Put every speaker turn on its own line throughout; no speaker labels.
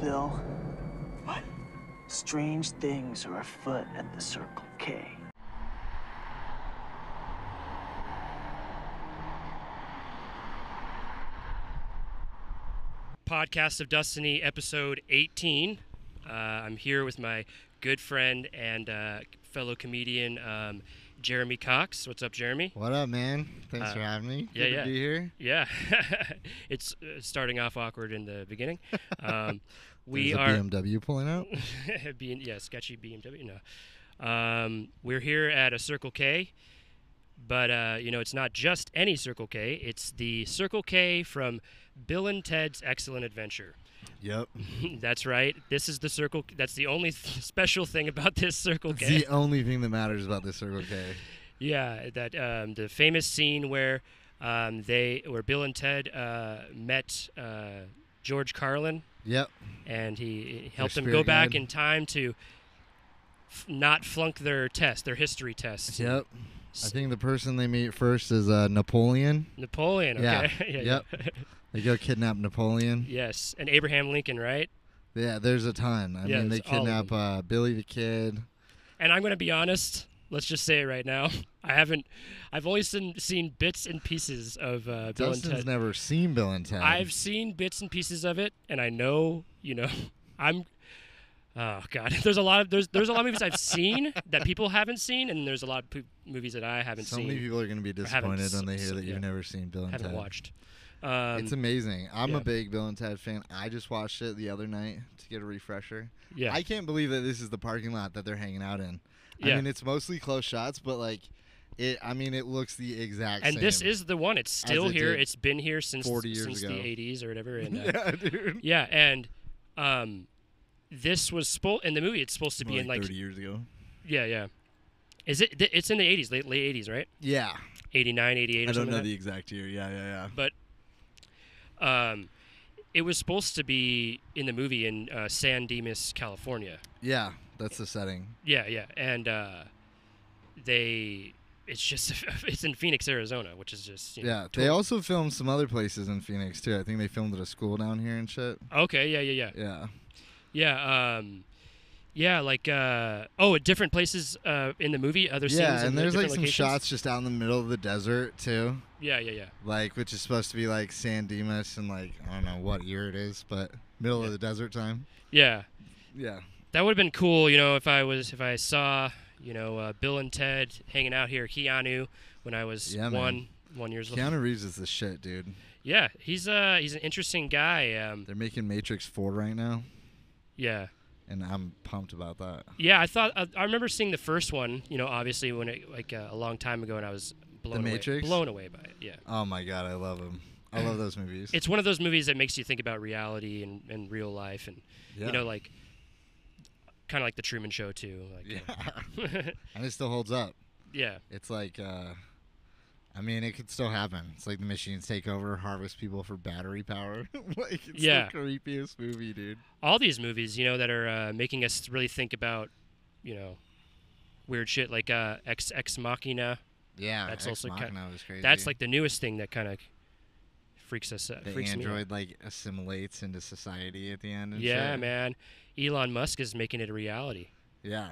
Bill.
What?
Strange things are afoot at the Circle K.
Podcast of Destiny, episode 18. Uh, I'm here with my good friend and uh, fellow comedian, um, Jeremy Cox. What's up, Jeremy?
What up, man? Thanks
Uh,
for having me.
yeah,
Good
yeah.
to be here.
Yeah, it's uh, starting off awkward in the beginning. Um, we
There's a
are
BMW pulling out.
being yeah sketchy BMW. No, um, we're here at a Circle K, but uh, you know it's not just any Circle K. It's the Circle K from Bill and Ted's Excellent Adventure.
Yep.
that's right. This is the Circle. That's the only th- special thing about this Circle K.
It's the only thing that matters about this Circle K.
Yeah, that um, the famous scene where um, they where Bill and Ted uh, met uh, George Carlin,
Yep.
and he helped them
spirit
go back
guide.
in time to f- not flunk their test, their history test.
Yep. I think the person they meet first is uh, Napoleon.
Napoleon. Okay.
Yeah,
yeah.
They go kidnap Napoleon.
yes, and Abraham Lincoln, right?
Yeah, there's a ton. I
Yeah,
mean, they
there's all of
kidnap
them.
uh, Billy the Kid.
And I'm going to be honest. Let's just say it right now. I haven't. I've only seen, seen bits and pieces of uh, Bill and
Dustin's
Ted.
never seen Bill and Ted.
I've seen bits and pieces of it, and I know, you know, I'm. Oh God, there's a lot of there's there's a lot of movies I've seen that people haven't seen, and there's a lot of po- movies that I haven't
so
seen,
many people are going to be
haven't
disappointed
s-
when they hear
s-
that you've
yeah.
never seen Bill and
haven't
Ted.
watched. Um,
It's amazing. I'm
yeah.
a big Bill and Ted fan. I just watched it the other night to get a refresher.
yeah,
I can't believe that this is the parking lot that they're hanging out in.
Yeah.
I mean, it's mostly close shots, but like, it. I mean, it looks the exact
and
same.
this is the one. It's still
it
here.
did
It's been here since
40 years
since
ago.
the 80s or whatever. And uh,
yeah, dude.
yeah, and um, this was supposed in the movie. It's supposed to be in like
30 years ago.
yeah, yeah. Is it? Th- it's in the 80s, late late 80s, right?
Yeah,
89, 88. Or
I don't
something
know
like that.
the exact year. Yeah, yeah, yeah.
but um, it was supposed to be in the movie in uh, San Dimas, California.
Yeah, that's the setting.
Yeah, yeah, and uh, they it's just it's in Phoenix, Arizona, which is just you know,
Yeah,
total-
they also filmed some other places in Phoenix too. I think they filmed at a school down here and shit.
okay, yeah, yeah, yeah,
Yeah,
yeah. Um, yeah, like uh, oh, at different places uh, in the movie, other scenes.
yeah,
in
and
the
there's like
different
some
locations.
shots just out in the middle of the desert too,
Yeah, yeah, yeah.
like which is supposed to be like San Dimas and like I don't know what year it is, but middle of the desert time.
Yeah,
Yeah.
that would have been cool, you know, if I was if I saw you know uh, Bill and Ted hanging out here, Keanu, when I was
Yeah, man.
one one years old.
Keanu Reeves is the shit, dude.
Yeah, he's uh he's an interesting guy. Um,
They're making Matrix 4 right now,
yeah,
and I'm pumped about that.
yeah. I thought I, I remember seeing the first one. You know, obviously when it like uh, a long time ago, and I was blown away,
Matrix?
blown away by it. Yeah,
Oh my god, I love him. I love those movies.
it's one of those movies that makes you think about reality and, and real life, and
Yeah.
you know, like kind of like the Truman Show too. Like,
yeah.
yeah.
and it still holds up.
yeah,
It's like, uh, I mean, it could still happen. It's like the machines take over, harvest people for battery power. like, it's
Yeah.
the creepiest movie, dude.
all these movies, you know, that are uh, making us really think about, you know, weird shit like uh, Ex Ex Machina.
Yeah,
That's
Ex
also ki-
Machina was crazy.
That's like the newest thing that kind of freaks us out.
the
freaks me out.
android like assimilates into society at the end. And
Yeah,
shit.
man. Elon Musk is making it a reality.
Yeah.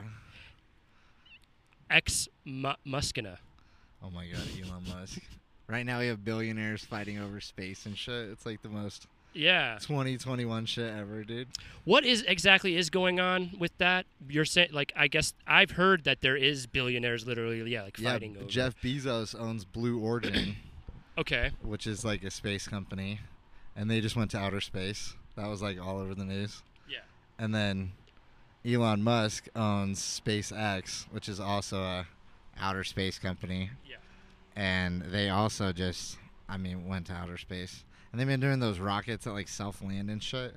Ex Mu- Muskina.
Oh my god, Elon Musk. Right now we have billionaires fighting over space and shit. It's like the most
Yeah.
2021 shit ever, dude.
What is exactly is going on with that? You're saying like I guess I've heard that there is billionaires literally yeah like fighting
yeah,
over.
Jeff Bezos owns Blue Origin,
okay.
which is like a space company, and they just went to outer space. That was like all over the news.
Yeah.
And then Elon Musk owns SpaceX, which is also a outer space company,
Yeah.
and they also just, I mean, went to outer space. And they've been doing those rockets that like self land and shit.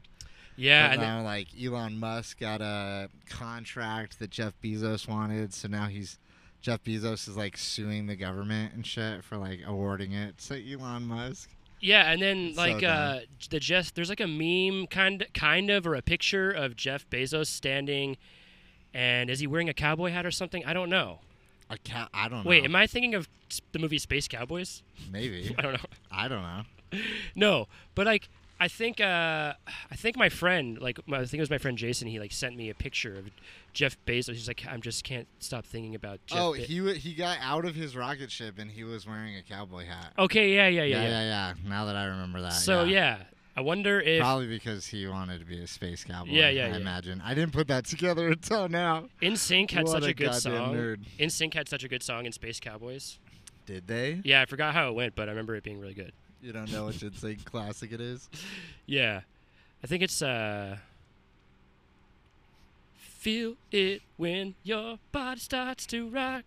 Yeah,
But uh,
and
now, like Elon Musk got a contract that Jeff Bezos wanted, so now he's Jeff Bezos is like suing the government and shit for like awarding it to Elon Musk.
yeah, and then
So
like uh
dumb.
the Jeff there's like a meme kind kind of or a picture of Jeff Bezos standing and is he wearing a cowboy hat or something? I don't know.
A cow? I don't know.
Wait, am I thinking of s- the movie Space Cowboys?
maybe
I don't know.
I don't know.
No, but like I think uh, I think my friend, like my, I think it was my friend Jason, he like sent me a picture of Jeff Bezos. He's like, I'm just can't stop thinking about Jeff.
oh,
Be-"
he wa- he got out of his rocket ship and he was wearing a cowboy hat.
Okay, yeah, Oh, yeah, yeah.
yeah,
yeah.
yeah. Now that I remember that.
So yeah. I wonder if
Probably because he wanted to be a space cowboy.
Yeah, yeah,
I
yeah.
imagine. I didn't put that together until now.
InSync had
What
such
a
a, good
goddamn
song.
nerd.
InSync had such a good song in Space Cowboys.
Did they?
Yeah, I forgot how it went, but I remember it being really good.
You don't know which insane classic it is.
Yeah. I think it's uh Feel it when your body starts to rock.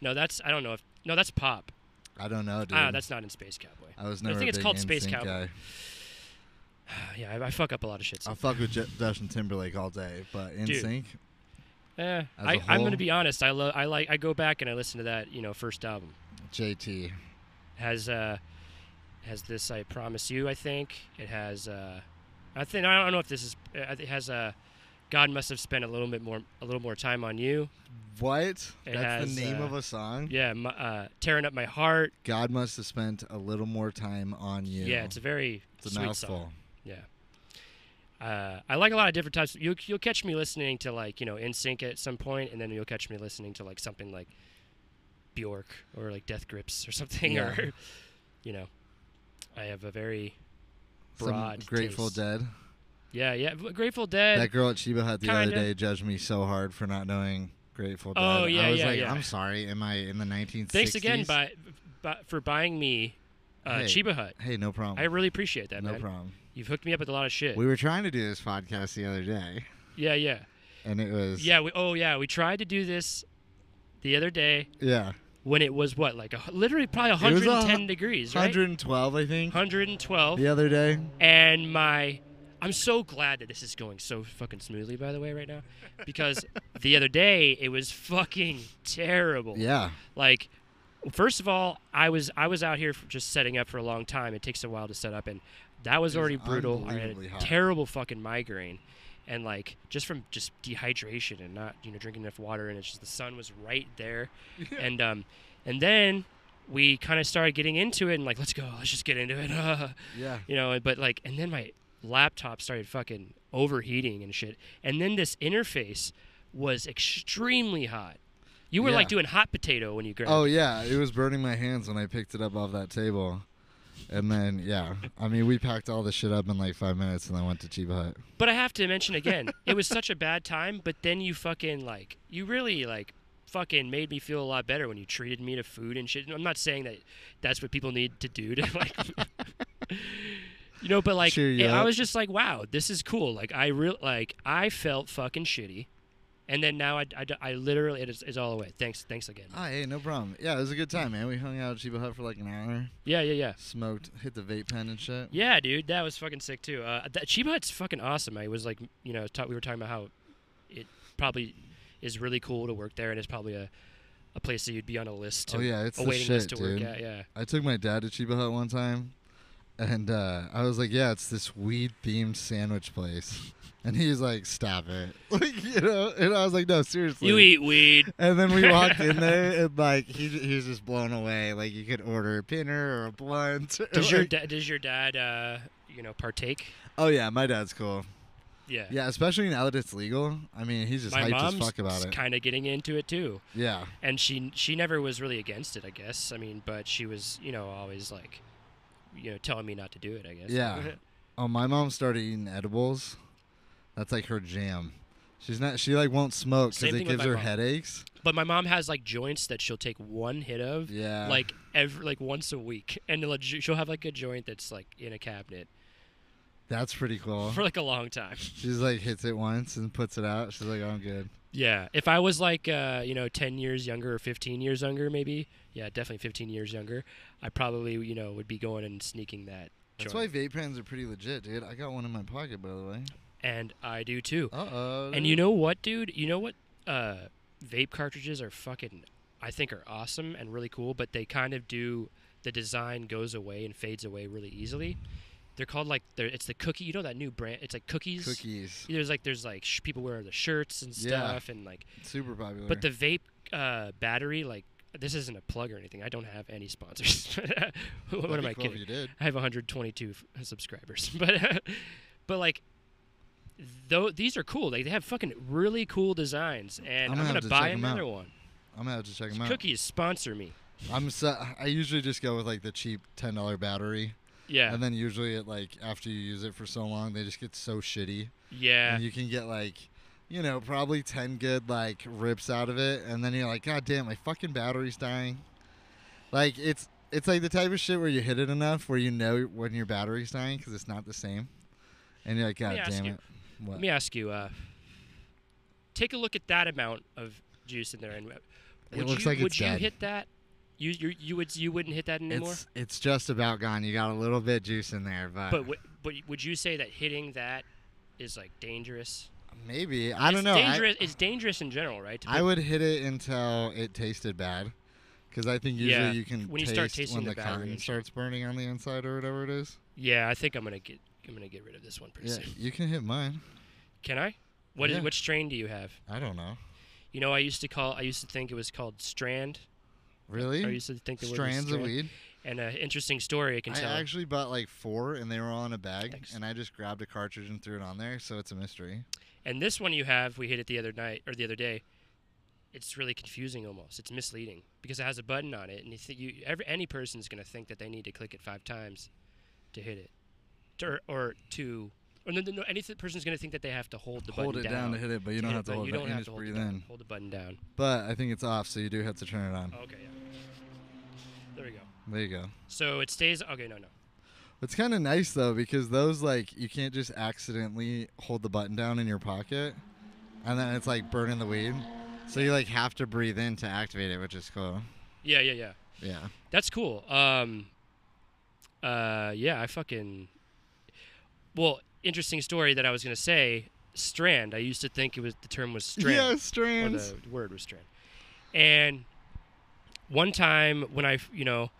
No, that's I don't know if no, that's pop.
I don't know, dude.
Ah, that's not in Space Cowboy.
I was
I
never.
think
a
it's
big
called Space
NSYNC
Cowboy.
guy.
yeah, I, I fuck up a lot of shit.
I'll
so-
fuck with J- Justin Timberlake all day, but in
Dude.
sync.
Eh,
As
I,
a
I'm
whole-
gonna be honest. I love. I like. I go back and I listen to that. You know, first album
JT.
has uh, has this. I promise you. I think it has. Uh, I think I don't know if this is. uh, It has Uh, God must have spent a little bit more. A little more time on you.
What?
It
That's
has,
the name
uh,
of a song.
Yeah, my, uh, tearing up my heart.
God must have spent a little more time on you.
Yeah, it's a very
It's a
sweet
mouthful.
song. Yeah. Uh, I like a lot of different types. You'll, you'll catch me listening to like you know NSYNC at some point, and then you'll catch me listening to like something like Bjork or like Death Grips or something,
Yeah.
or you know, I have a very
Some
broad
Grateful
taste.
Dead.
yeah yeah v- Grateful Dead.
That girl at Sheba Hut the
Kinda.
other day judged me so hard for not knowing Grateful Dead.
Oh, yeah,
I was
yeah,
like,
yeah.
I'm sorry. Am I in the 1960s?
Thanks again by, by, for buying me uh,
Hey.
Chiba Hut.
Hey, no problem.
I really appreciate that,
no
man.
problem.
You've hooked me up with a lot of shit.
We were trying to do this podcast the other day,
yeah yeah
and it was
yeah. We, oh yeah, we tried to do this the other day.
yeah,
when it was what like a, hu- literally probably
It was a
110
hu-
degrees right
112 I think
112
the other day.
and my i'm so glad that this is going so fucking smoothly by the way right now because the other day it was fucking terrible
Yeah,
like first of all i was i was out here for just setting up for a long time it takes a while to set up and that was
It was
already brutal i had
unbelievably
a
hot.
terrible fucking migraine and like just from just dehydration and not you know drinking enough water and it's just the sun was right there and um and then we kind of started getting into it and like let's go let's just get into it
yeah.
you know but like and then my laptop started fucking overheating and shit and then this interface was extremely hot you were like
Yeah.
doing hot potato when you grabbed
Oh yeah, it was burning my hands when I picked it up off that table. And then yeah, I mean we packed all the shit up in like five minutes, and then went to Chiba Hut.
But I have to mention again, it was such a bad time, but then you fucking like you really like fucking made me feel a lot better when you treated me to food and shit. And I'm not saying that that's what people need to do to like You know, but like
Cheer you
I
up.
was just like, wow, this is cool. Like I real like I felt fucking shitty. And then now I, I, I literally it is, it's all away. Thanks thanks again.
Ah, hey, no problem. Yeah, it was a good time, man. We hung out at Chiba Hut for like an hour,
Yeah, yeah, yeah.
smoked, hit the vape pen and shit.
Yeah, dude, that was fucking sick too. Uh, that Chiba Hut's fucking awesome. I was like, you know, ta- we were talking about how it probably is really cool to work there, and it's probably a, a place that you'd be on a list. To,
Oh, yeah, it's
a
the
waiting list to
shit,
work
dude.
at. Yeah,
I took my dad to Chiba Hut one time, and uh, I was like, "Yeah, it's this weed-themed sandwich place," and he was like, "Stop it!" Like you know, and I was like, "No, seriously."
you eat weed.
And then we walked in there, and like he he was just blown away. Like you could order a pinner or a blunt. or,
Does your
like-
da- does your dad, uh, you know, partake?
Oh yeah, my dad's cool.
Yeah.
Yeah, especially now that it's legal. I mean, he's just
My
hyped as
mom's
fuck about it.
kind of getting into it too,
yeah,
and she she never was really against it, I guess. I mean, but she was, you know, always like, you know, telling me not to do it. I guess.
Yeah. Oh, my mom started eating edibles. That's like her jam. She's not. She like won't smoke
Same
because it
thing with
gives
my
her
mom.
headaches.
But my mom has like joints that she'll take one hit of,
Yeah.
like every like once a week, and it'll- she'll have like a joint that's like in a cabinet
That's pretty cool.
for like a long time.
She's like hits it once and puts it out. She's like, I'm good.
Yeah, if I was like uh, you know ten years younger or fifteen years younger, maybe yeah, definitely fifteen years younger, I probably you know would be going and sneaking that.
That's why
joint.
vape pens are pretty legit, dude. I got one in my pocket, by the way.
and I do too.
Uh oh.
And you know what, dude? You know what? Uh, vape cartridges are fucking, I think, are awesome and really cool, but they kind of do the design goes away and fades away really easily. They're called like they're, it's the cookie. You know that new brand? It's like cookies.
cookies,
There's like there's like sh- people wearing the shirts and
Yeah.
stuff and like,
super popular.
but the vape uh, battery like this isn't a plug or anything. I don't have any sponsors. what
That'd
am
be
I
cool if
kidding?
you did.
I have 122 f- uh, subscribers, but uh, but like, though these are cool. Like they have fucking really cool designs, and
I'm
I'm,
gonna have
gonna
to
buy
check 'em
another
out.
one.
I'm gonna have to check them out.
Cookies sponsor me.
I'm so I usually just go with like the cheap ten dollar battery,
Yeah,
and then usually it like after you use it for so long, they just get so shitty.
yeah.
And you can get like, you know, probably ten good like rips out of it, and then you're like, God damn, my fucking battery's dying. Like it's it's like the type of shit where you hit it enough where you know when your battery's dying because it's not the same, and you're like,
Let
God
me ask
damn
you-
it. What?
Let me ask you. Uh, take a look at that amount of juice in there, and uh, would
looks
you,
like
would
it's
you
dead.
hit that? You you you would you wouldn't hit that anymore.
It's it's just about gone. You got a little bit juice in there, but,
but w- but would you say that hitting that is like dangerous?
maybe I don't
it's
know. I-
Dangerous. it's dangerous in general, right? To
I
put-
would hit it until it tasted bad, because I think usually
Yeah,
you can
when you
taste
start tasting
when
the
the,
battery
cotton
and shit.
starts burning on the inside or whatever it is.
yeah, I think I'm gonna get I'm gonna get rid of this one pretty
Yeah,
soon.
you can hit mine.
Can I? What is
Yeah.
what strain do you have?
I don't know.
You know, I used to call I used to think it was called strand.
Really?
I used to think the word was
Strands of
strand.
weed.
And an interesting story I can
I
tell.
actually bought like four, and they were all in a bag,
Thanks.
and I just grabbed a cartridge and threw it on there, so it's a mystery.
and this one you have, we hit it the other night or the other day. It's really confusing almost. It's misleading because it has a button on it, and you think you every any person's gonna think that they need to click it five times to hit it, to, or, or to. Or no, no, no, any th- person's gonna think that they have to hold the button
hit it, but you
hit it, but you don't have to hold the button- Hold the button down.
But I think it's off, so you do have to turn it on.
Okay. Yeah. There we go.
There you go.
So it stays. Okay, no, no.
It's kind of nice though because those like you can't just accidentally hold the button down in your pocket, and then it's like burning the weed. So you like have to breathe in to activate it, which is cool.
Yeah, yeah, yeah.
Yeah.
That's cool. Um, uh, yeah, I fucking. Well, interesting story that I was gonna say. Strand. I used to think it was the term was strand.
Yeah,
or
strands.
the word was strand. And one time when I, you know,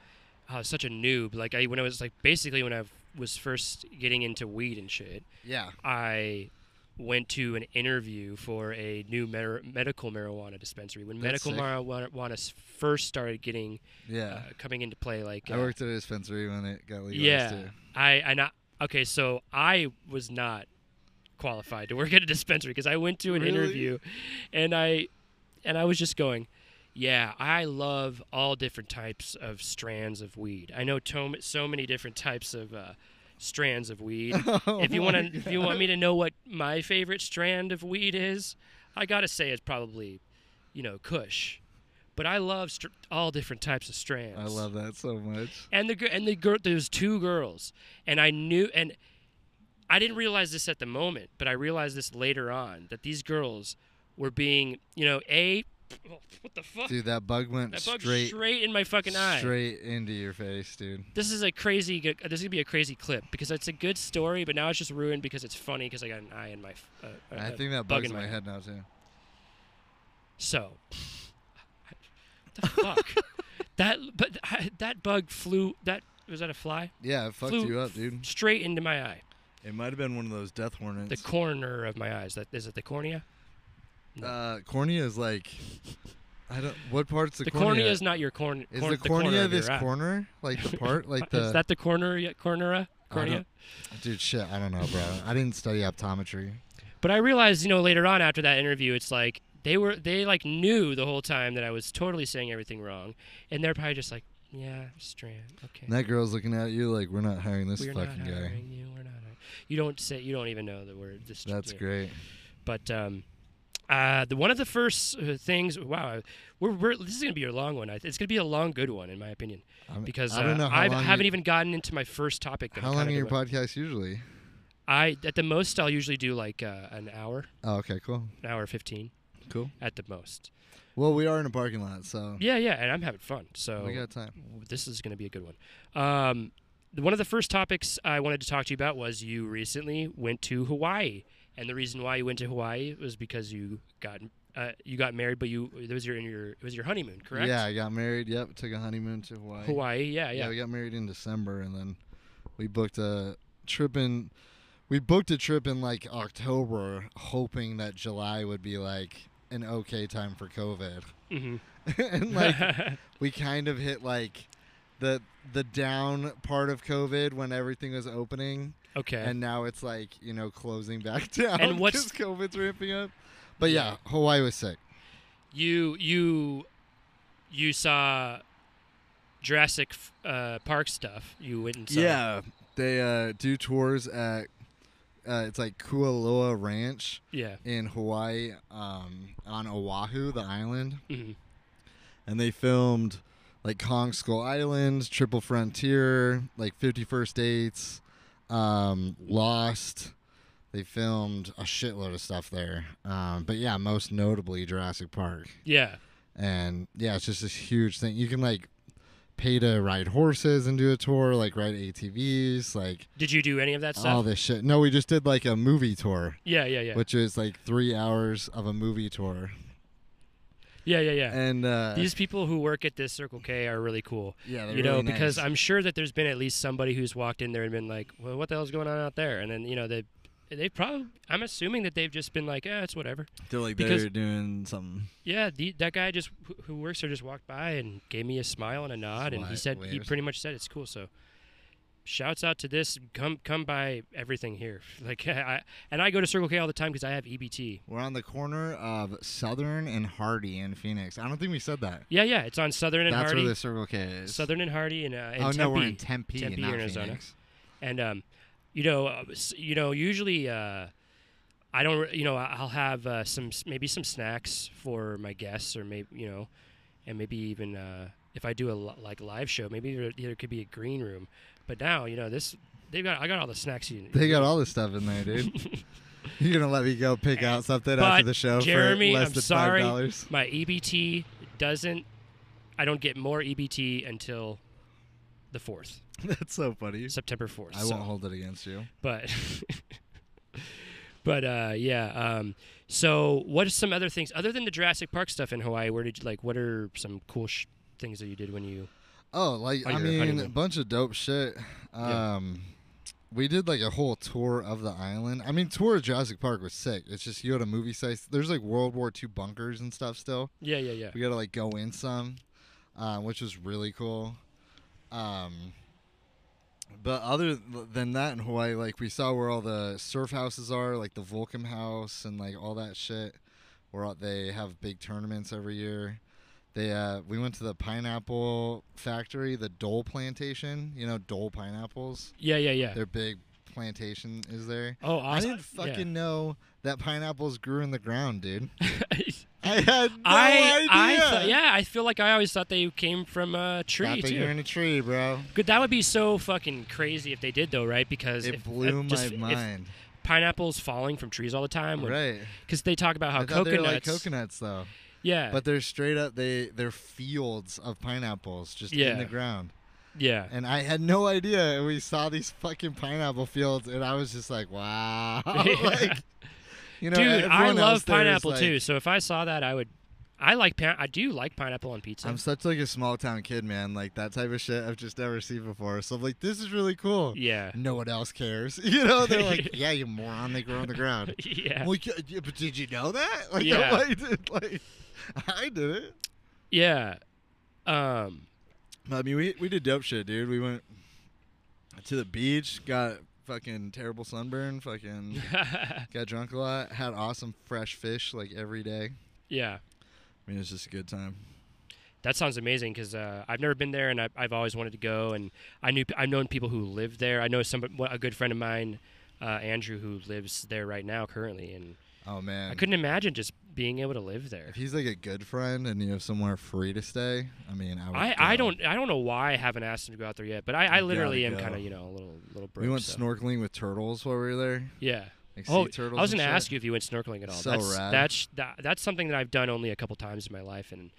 I was such a noob. Like I, when I was like basically when I was first getting into weed and shit,
Yeah.
I went to an interview for a new mer- medical marijuana dispensary when
That's
medical
sick.
marijuana s- first started getting uh,
Yeah.
coming into play. Like
I
uh,
worked at a dispensary when it got legalized
yeah,
too.
I and I not okay. So I was not qualified to work at a dispensary because I went to an
Really?
interview, and I and I was just going. Yeah, I love all different types of strands of weed. I know to- so many different types of uh, strands of weed.
Oh
if you want
my
to, if you want me to know what my favorite strand of weed is, I gotta say it's probably, you know, Kush. But I love str- all different types of strands.
I love that so much.
And the gir- and the girl, there's two girls, and I knew and I didn't realize this at the moment, but I realized this later on that these girls were being, you know, a what the fuck
Dude, that bug went
that bug
straight
in my fucking eye.
straight into your face, dude.
This is a crazy. good- This is gonna be a crazy clip because it's a good story, but now it's just ruined because it's funny because I got an eye in my. f- Uh,
I
a
think
bug
that bug's
in
in my
eye.
head now too.
So, what the fuck? that but I, that bug flew. That was that a fly?
Yeah, it fucked
flew
you up, dude.
Straight into my eye,
It might have been one of those death hornets.
the corner of my eyes. That is it. The cornea. No.
Uh, cornea is like, I don't. What part's the,
The, cornea.
cornea?
is not your corn,
Is
corn-
the
corner
cornea
of your
this
eye. Uh,
corner? Like the part, like
is
the
that the corner? y- Cornera. Cornea.
don't- dude shit. I don't know, bro. I didn't study optometry.
But I realized, you know, later on after that interview, it's like they were they like knew the whole time that I was totally saying everything wrong, and they're probably just like, yeah, Strand, okay.
And that girl's looking at you like we're not hiring this
we're not
fucking guy.
hiring you. We're not. Hiring. You don't say. You don't even know the word. This,
That's
yeah.
great.
But um, uh, the one of the first uh, things. Wow, we're, we're this is gonna be a long one. I th- It's gonna be a long, good one in my opinion
I'm,
because
I don't
uh,
know how
I've- I
long
haven't
you-
even gotten into my first topic. That
How
I'm
long are
kinda
your
doing.
podcasts usually?
I at the most I'll usually do like uh, an hour,
Oh, okay, cool,
an hour fifteen
cool.
at the most.
Well, we are in a parking lot, so
Yeah, yeah, and I'm having fun. So
we got time.
w- this is going to be a good one. Um, th- one of the first topics I wanted to talk to you about was you recently went to Hawaii, and the reason why you went to Hawaii was because you got uh, you got married, but you it was your in your it was your honeymoon, correct?
Yeah, I got married. Yep, took a honeymoon to Hawaii.
Hawaii. Yeah, yeah.
we got married in December, and then we booked a trip in. We booked a trip in like October, hoping that July would be like an okay time for COVID,
hmm
and like we kind of hit like the the down part of COVID when everything was opening,
okay.
and now it's like you know closing back down.
And what's-
'cause COVID's ramping up? But yeah, Hawaii was sick.
you you you saw Jurassic uh, Park stuff. You went and saw.
Yeah, they uh, do tours at uh, it's like Kualoa Ranch
Yeah.
in Hawaii um, on Oahu, the island,
hmm
and they filmed like Kong Skull Island, Triple Frontier, like Fifty First Dates, um, Lost. They filmed a shitload of stuff there, um, but yeah, most notably Jurassic Park,
Yeah.
and yeah, it's just this huge thing. You can like pay to ride horses and do a tour, like ride ATVs, like
Did you do any of that stuff?
all this shit. No, we just did like a movie tour,
yeah, yeah, yeah.
which is like three hours of a movie tour,
yeah, yeah, yeah.
and uh,
These people who work at this Circle K are really cool.
yeah, they're
you know,
really
because
nice.
I'm sure that there's been at least somebody who's walked in there and been like, "Well, what the hell's going on out there?" And then you know they, they probably, I'm assuming that they've just been like, "Eh, it's whatever."
They're like
Because-
they're doing something.
Yeah, the, that guy just who- who works there just walked by and gave me a smile and a nod, and he
Swi-
said he
waves.
pretty much said it's cool. So, shouts out to this. Come come by everything here. Like I and I go to Circle K all the time because I have E EBT.
We're on the corner of Southern and Hardy in Phoenix. I don't think we said that.
Yeah, yeah, it's on Southern and
That's
Hardy.
where the Circle K is.
Southern and Hardy and, uh, and
oh
Tempe.
no, we're in Tempe,
Tempe,
not
Arizona.
Phoenix.
and um, you know, uh, s- you know, usually uh, I don't, re- you know, I- I'll have uh, some s- maybe some snacks for my guests, or maybe you know, and maybe even uh, if I do a li- like live show, maybe there, there could be a green room. But now, you know, this they've got I got all the snacks you.
They got all this stuff in there, dude. You're gonna let me go pick out something after
But,
the show
Jeremy,
for less
I'm
than
sorry,
five dollars.
my EBT doesn't. I don't get more EBT until the fourth,
That's so funny.
September fourth.
I won't hold it against you.
but but uh, yeah. Um, so what are some other things other than the Jurassic Park stuff in Hawaii? Where did you like? What are some cool sh- things that you did when you?
Oh, like
On
I
your
mean, a
honeymoon.
bunch of dope shit.
Yeah.
Um, we did like a whole tour of the island. I mean, tour of Jurassic Park was sick. It's just you go to movie sites. There's like World War II bunkers and stuff still.
Yeah, yeah, yeah.
We got to like go in some, uh, which was really cool. Um, but other th- than that, in Hawaii, like we saw where all the surf houses are, like the Volcom House and like all that shit. Where all- they have big tournaments every year. They uh, we went to the pineapple factory, the Dole plantation. You know, Dole pineapples.
Yeah, yeah, yeah.
Their big plantation is there.
oh,
I
awesome.
didn't fucking know that pineapples grew in the ground, dude. I had no
I, I,
idea.
thought- yeah, I feel like I always thought they came from a tree
Not that
too.
you're in a tree, bro.
Good, that would be so fucking crazy if they did though, right? Because
It
if,
blew
if just-
my
if
mind.
Pineapples falling from trees all the time,
right.
Because they talk about how
I thought they were like
coconuts,
coconuts though.
yeah,
But they're straight up they they're fields of pineapples just in
Yeah.
the ground.
yeah,
And I had no idea and we saw these fucking pineapple fields and I was just like, Wow like you know,
Dude, I
everyone else
love
there is
pineapple
like-
too. So if I saw that, I would. I like pine. I do like pineapple on pizza.
I'm such like a small town kid, man. Like that type of shit I've just never seen before. So I'm like, this is really cool.
yeah.
No one else cares. You know, they're like, Yeah, you moron, they grow on the ground.
Yeah.
Well, yeah, uh, yeah, but did you know that? Like,
Yeah.
I did. Like, I did it.
Yeah. Um.
I mean, we we did dope shit, dude. We went to the beach, got fucking terrible sunburn, fucking got drunk a lot, had awesome fresh fish like every day.
yeah.
I mean, it's just a good time.
That sounds amazing because uh, I've never been there and I, I've always wanted to go. And I knew I've known people who live there. I know some a good friend of mine, uh, Andrew, who lives there right now currently, and
Oh man,
I couldn't imagine just being able to live there.
If he's like a good friend and you have somewhere free to stay, I mean, I would
I, I
go.
don't I don't know why I haven't asked him to go out there yet, but I, I
You
literally am
gotta go.
kind of you know a little little. Broke,
We went
so.
snorkeling with turtles while we were there.
Yeah.
Like
Oh,
sea turtles.
I was
and
going to
shit.
ask you if you went snorkeling at all.
So
that's
rad.
that's that, that's something that I've done only a couple times in my life, and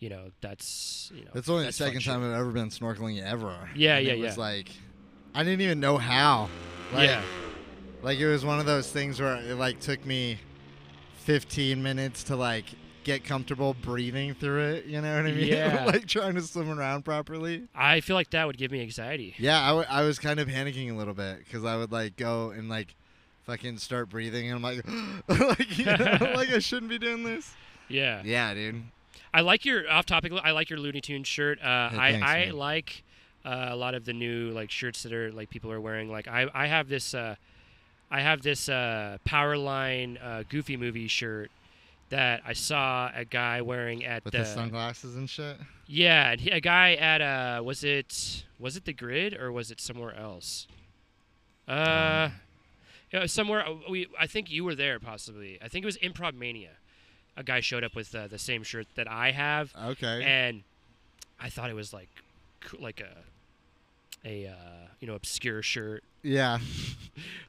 you know that's you know
That's only the
fun
second
shit.
time I've ever been snorkeling ever.
Yeah,
And
yeah,
it was
yeah.
like, I didn't even know how. Like,
yeah,
Like it was one of those things where it like took me 15 minutes to like get comfortable breathing through it. You know what I mean?
Yeah.
like trying to swim around properly.
I feel like that would give me anxiety.
Yeah, I, w- I was kind of panicking a little bit because I would like go and like fucking start breathing and I'm like, like, you know, like I shouldn't be doing this.
Yeah,
Yeah, dude.
I like your off topic. I like your Looney Tunes shirt. Uh, I
thanks,
I
man.
like uh, a lot of the new like shirts that are like people are wearing. Like I I have this uh, I have this uh, Powerline uh, Goofy movie shirt that I saw a guy wearing at
with
the,
the sunglasses and shit.
yeah and he, a guy at uh was it was it the grid or was it somewhere else? Uh, yeah, somewhere uh, we I think you were there possibly. I think it was Improv Mania. A guy showed up with uh, the same shirt that I have
Okay.
and I thought it was like co- like a a uh, you know obscure shirt.
yeah,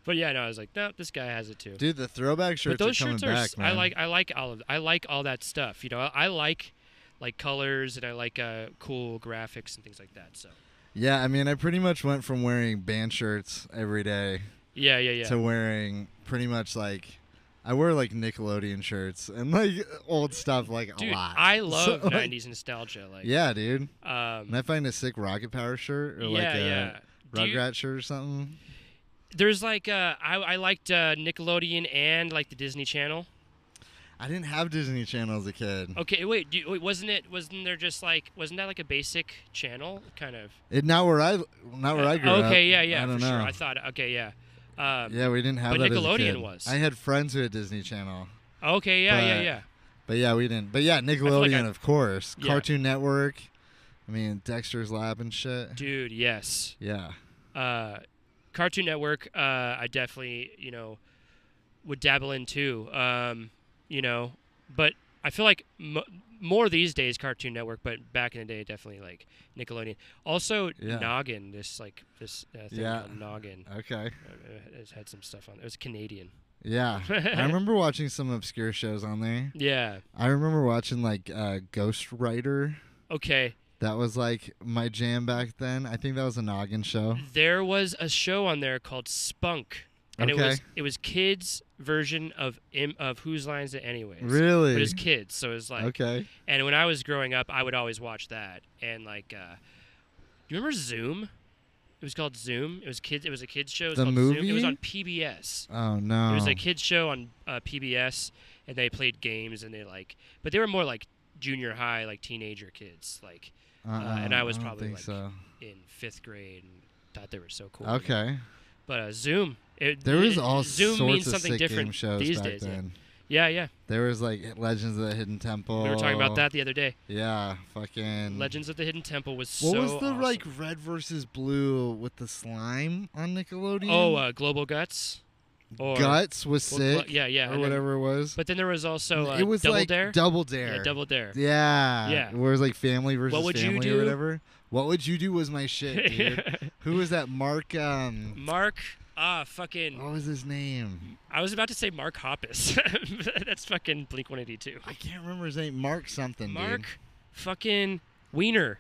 But yeah, no, I was like, no, this guy has it too.
dude, the throwback shirts
but those
are coming
shirts are
back,
s-
man.
I like I like all of I like all that stuff. You know, I, I like like colors and I like uh, cool graphics and things like that. So
Yeah, I mean, I pretty much went from wearing band shirts every day
yeah, yeah, yeah.
to wearing pretty much like I wear like Nickelodeon shirts and like old stuff like
Dude,
a lot.
I
So,
love
like,
'90s nostalgia. Like,
Yeah, dude.
um,
And I find a sick Rocket Power shirt or
yeah,
like uh, a
yeah. Do you-
Rugrat shirt or something.
there's like uh, I I liked uh, Nickelodeon and like the Disney Channel.
I didn't have Disney Channel as a kid.
Okay, wait, do, wait, wasn't it? Wasn't there just like wasn't that like a basic channel kind of?
It not where I not where I grew
okay,
up.
yeah, yeah,
I
for
don't
sure.
know.
I thought okay, yeah. Um,
yeah, we didn't have
but
that. as a
Nickelodeon
kid.
was.
I had friends who had Disney Channel,
Okay, yeah, yeah,
But-
yeah.
but yeah, we didn't. But yeah,
feel like
Nickelodeon,
I-
of course.
Yeah.
Cartoon Network. I mean, Dexter's Lab and shit.
Dude, yes.
Yeah.
Uh, Cartoon Network, uh, I definitely, you know, would dabble in too. Um, you know, but I feel like m- more these days Cartoon Network, but back in the day, definitely like Nickelodeon. Also,
Yeah.
Noggin, this like this uh, thing
Yeah.
called Noggin,
Okay.
uh, uh, it's had some stuff on. It was Canadian.
Yeah. I remember watching some obscure shows on there.
Yeah.
I remember watching like uh, Ghost Rider.
Okay.
That was like my jam back then. I think that was a Noggin show.
There was a show on there called Spunk, and it was
Okay.
it was kids' version of im- of Whose Lines It Anyways.
Really?
But it's kids, so it's like.
okay.
And when I was growing up, I would always watch that. And like, uh, you remember Zoom? It was called Zoom. It was kids. It was a kids show. It was
The
called Zoom. It was
movie?
on PBS.
Oh no.
It was a kids show on uh, PBS, and they played games, and they like, but they were more like junior high, like teenager kids, like
Uh-uh,
uh, and I was
don't
probably,
think
like,
so.
in fifth grade, and thought they were so cool.
Okay.
But uh, Zoom. It,
There was
it-
all
Zoom
sorts
means
of
something
sick
different
game shows
these
back
days. yeah.
then.
Yeah, yeah.
There was like Legends of the Hidden Temple.
We were talking about that the other day.
Yeah, fucking
Legends of the Hidden Temple was
What
so
was the
awesome.
like red versus blue with the slime on Nickelodeon?
Oh, uh, Global Guts. Or
Guts was
well, Glu-
sick.
yeah, yeah, and
or
then-
whatever it was.
But then there was also uh,
it was
Double
like
Dare.
Double Dare.
Yeah, Double Dare.
Yeah.
Yeah.
Where it was like family versus
would you
family
do?
or whatever. What would you do was my shit, dude. Who was that? Mark um
Mark. Ah, fucking.
what was his name?
I was about to say Mark Hoppus. That's fucking Blink 182.
I can't remember his name. Mark something,
Mark
dude.
fucking Wiener.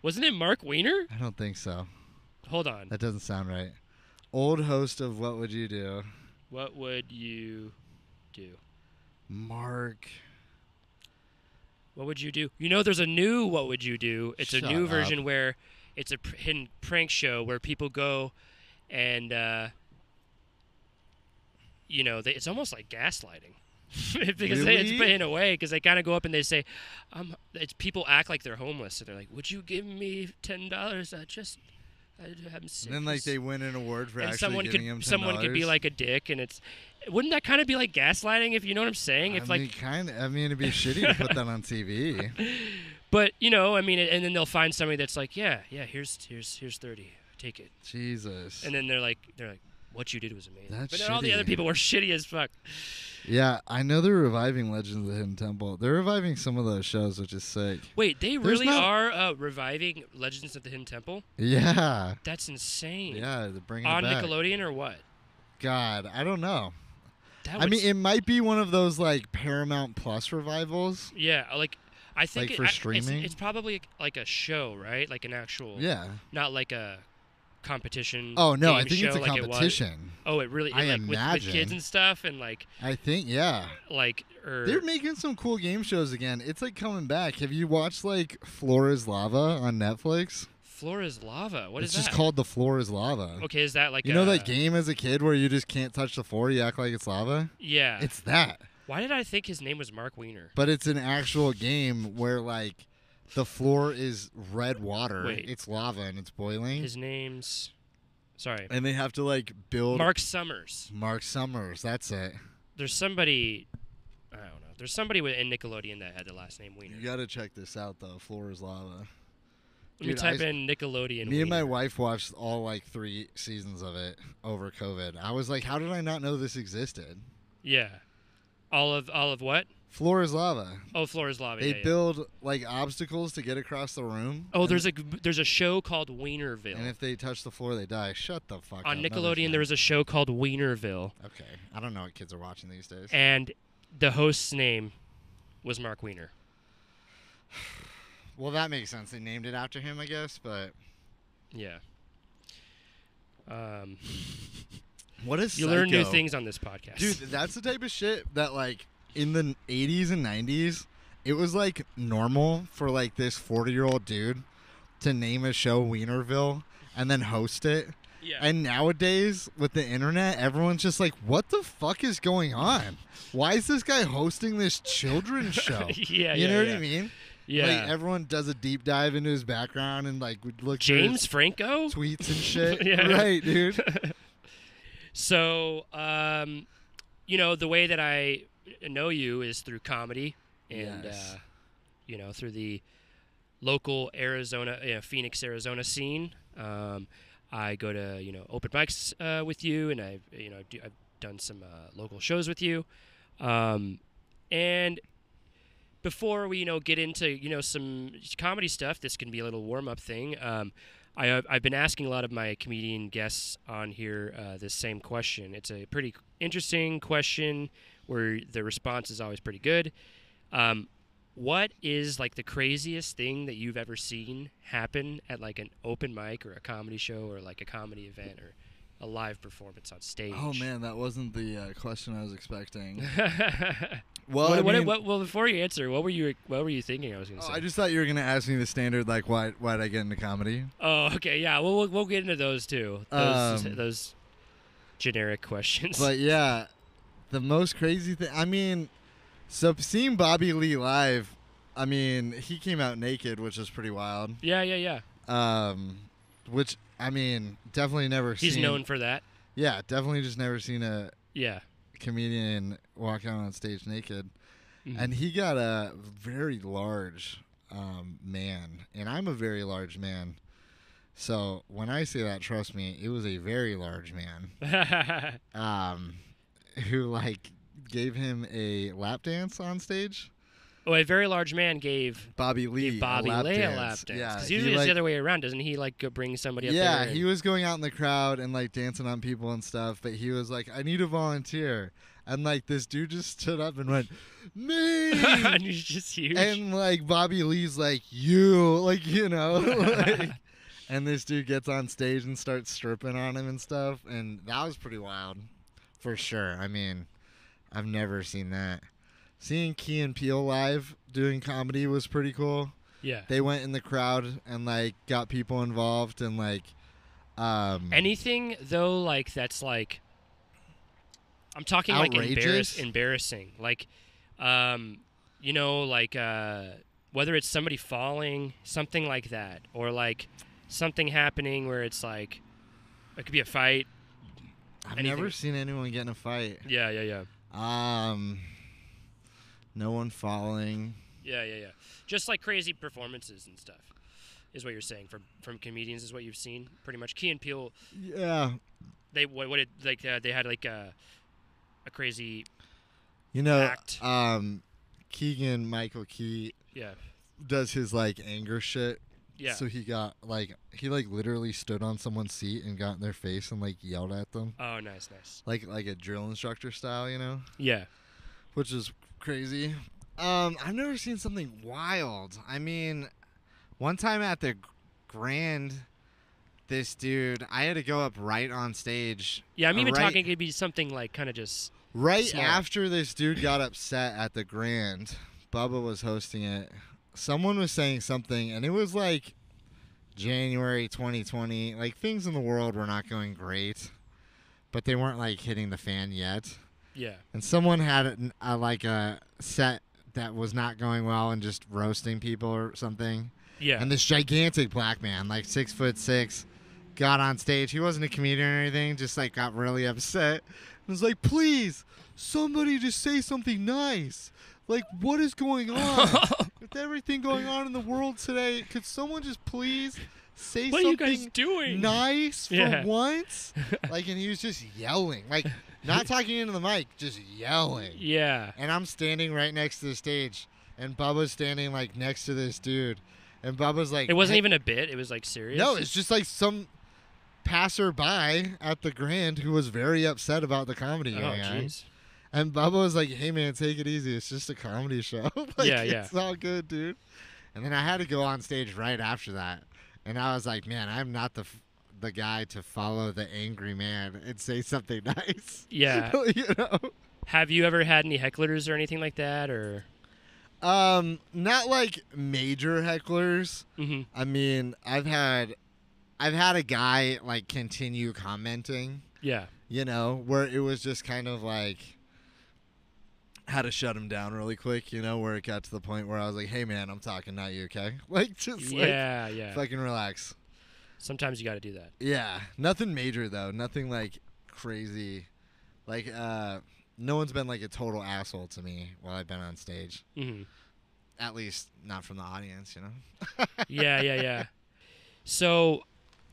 Wasn't it Mark Wiener?
I don't think so.
Hold on.
That doesn't sound right. Old host of What Would You Do?
What would you do?
Mark.
What would you do? You know, there's a new What Would You Do. It's a
Shut
new
up.
version where it's a pr- hidden prank show where people go and, uh, you know, they, it's almost like gaslighting. because they, it's
Really?
put in a way because they kind of go up and they say, um, it's people act like they're homeless and they're like, would you give me ten dollars? I just, I am sick.
And then like
Just-
they win an award for
and
actually
someone
giving
could
him $10.
someone could be like a dick and it's, wouldn't that kind of be like gaslighting if you know what I'm saying?
I
If
mean,
like
kind of. I mean, it'd be shitty to put that on TV.
But you know, I mean, and then they'll find somebody that's like, yeah, yeah, here's here's here's thirty, take it.
Jesus.
And then they're like, they're like, what you did was amazing.
That's
but then all the other
shitty.
people were shitty as fuck.
yeah, I know they're reviving Legends of the Hidden Temple. They're reviving some of those shows, which is sick.
Wait, they
There's
really
not-
are uh, reviving Legends of the Hidden Temple?
Yeah.
That's insane.
Yeah, they're bringing
On
it back.
Nickelodeon or what?
God, I don't know.
That
I
would
mean,
s-
it might be one of those like Paramount Plus revivals.
yeah, like I think
Like
it-
for
I-
streaming?
It's, it's probably like a show, right? Like an actual,
Yeah.
not like a competition.
Oh no, I
game
think it's
show
a
like it was.
competition.
oh, it really?
I
like, with, with kids
imagine.
and stuff, and like
I think yeah.
like or
They're making some cool game shows again. It's like coming back. Have you watched like Flora's Lava on Netflix?
Floor is lava. What is
it's just
that?
called The Floor is Lava.
okay, is that like
You know
a-
that game as a kid where you just can't touch the floor, you act like it's lava?
Yeah,
It's that.
Why did I think his name was Mark Wiener?
But it's an actual game where like the floor is red water.
Wait.
It's lava and it's boiling.
His name's sorry,
and they have to like build
Mark Summers.
Mark Summers. That's it.
There's somebody. I don't know. There's somebody with- in Nickelodeon that had the last name Wiener.
You got to check this out though. Floor is lava.
Let me
dude,
type
I-
in Nickelodeon.
Me and my
Wiener.
wife watched all like three seasons of it over COVID. I was like, how did I not know this existed?
yeah. All of all of what?
Floor is lava.
Oh, Floor is Lava.
They
yeah, yeah.
build like obstacles to get across the room.
Oh,
and-
there's a there's a show called
And
Wienerville.
if they touch the floor, they die. Shut the fuck up.
On
No, there's
Nickelodeon,
not.
there was a show called Wienerville,
Okay, I don't know what kids are watching these days.
and the host's name was Mark Wiener.
Well, that makes sense. They named it after him, I guess. But
Yeah. Um,
what is
you learn new things on this podcast,
dude? That's the type of shit that like in the '80s and '90s, it was like normal for like this 40 year old dude to name a show Wienerville and then host it.
Yeah.
And nowadays with the internet, everyone's just like, "What the fuck is going on? Why is this guy hosting this children's show?"
Yeah,
you
yeah,
know what
yeah.
I mean?
yeah.
Like everyone does a deep dive into his background and like would look through his
James Franco.
tweets and shit.
Yeah.
Right, dude.
So, um, you know, the way that I know you is through comedy and,
Yes.
uh, you know, through the local Arizona, uh, Phoenix, Arizona scene. Um, I go to, you know, open mics uh, with you and I've, you know, do, I've done some uh, local shows with you. Um, and before we, you know, get into, you know, some comedy stuff, this can be a little warm up thing. Um, I, I've been asking a lot of my comedian guests on here uh, this same question. It's a pretty interesting question where the response is always pretty good. Um, what is like the craziest thing that you've ever seen happen at like an open mic or a comedy show or like a comedy event or a live performance on stage?
Oh man, that wasn't the uh, question I was expecting.
well,
Well, I,
what,
mean-
what, well, before you answer, what were you what were you thinking? I was gonna
Oh,
say.
I just thought you were gonna ask me the standard, like why why would I get into comedy?
Oh, okay, yeah. Well, we'll, we'll get into those too. Those
Um,
those generic questions.
But yeah, the most crazy thing. I mean, so seeing Bobby Lee live, I mean, he came out naked, which is pretty wild.
yeah, yeah, yeah.
Um, which I mean, definitely never
He's
seen.
known for that.
Yeah, definitely just never seen a
Yeah.
comedian walk out on stage naked.
Mhm.
and he got a very large um, man, and I'm a very large man. So when I say that, trust me, it was a very large man um, who like gave him a lap dance on stage.
oh, a very large man gave
Bobby Lee,
gave Bobby
a lap
Lay a
dance.
lap dance.
Yeah,
'Cause
he,
usually it's
like-
the other way around, doesn't he? Like go bring somebody up
yeah,
there.
he was going out in the crowd and like dancing on people and stuff, but he was like, "I need a volunteer," and like this dude just stood up and went,
and,
"Me!"
and he's just huge.
and like Bobby Lee's like you, like you know, like, and this dude gets on stage and starts stripping on him and stuff, and that was pretty wild, for sure. I mean, I've never seen that. Seeing Key and Peele live doing comedy was pretty cool.
yeah.
They went in the crowd and like got people involved and like, um,
Anything though, like that's like, I'm talking like
Outrageous?
embarrass, embarrassing, like, um, you know, like uh, whether it's somebody falling, something like that, or like something happening where it's like, it could be a fight.
I've
anything-
never seen anyone get in a fight.
Yeah, yeah, yeah,
Um, no one falling.
yeah, yeah, yeah. Just like crazy performances and stuff, is what you're saying from from comedians is what you've seen pretty much. Key and Peele,
Yeah,
they what, what did like uh, they had like a, a crazy
You know,
act.
um, Keegan Michael Key
yeah
does his like anger shit.
yeah.
So he got like he like literally stood on someone's seat and got in their face and like yelled at them,
oh, nice, nice.
like like a drill instructor style, you know,
Yeah.
which is crazy. Um, I've never seen something wild. I mean, one time at the Grand, this dude, I had to go up right on stage
Yeah, I'm
Uh,
even
right-
talking. It'd be something like kind of just.
Right
Small.
after this dude got upset at the Grand, Bubba was hosting it. Someone was saying something, and it was like January 2020. Like things in the world were not going great, but they weren't like hitting the fan yet.
Yeah.
and someone had a, a, like a set that was not going well and just roasting people or something.
Yeah.
And this gigantic black man, like six foot six, got on stage. He wasn't a comedian or anything, just like got really upset. And was like, please, somebody just say something nice. Like, what is going on? With everything going on in the world today, could someone just please say
what are you
something
guys doing?
nice for
Yeah.
once? like, and he was just yelling, like, not talking into the mic, just yelling
yeah.
and I'm standing right next to the stage, and Bubba's standing like next to this dude, and Bubba's like,
It wasn't
"Hey-"
even a bit. It was like serious.
no, it's just like some passerby at the Grand who was very upset about the comedy
Oh,
going on.
jeez.
and Bubba was like, "Hey man, take it easy. It's just a comedy show. like,
Yeah, yeah.
it's all good, dude." And then I had to go on stage right after that, and I was like, "Man, I'm not the." F- the guy to follow the angry man and say something nice.
Yeah.
you know?
Have you ever had any hecklers or anything like that? Or
Um, not like major hecklers.
Mhm.
I mean, I've had, I've had a guy like continue commenting.
yeah,
You know, where it was just kind of like how to shut him down really quick. You know, where it got to the point where I was like, "Hey, man, I'm talking, not you, okay?" Like, just
yeah,
like
yeah.
fucking relax.
Sometimes you got to do that.
Yeah, nothing major though. Nothing like crazy. Like, uh, no one's been like a total asshole to me while I've been on stage.
hmm
At least not from the audience, you know.
Yeah, yeah, yeah. So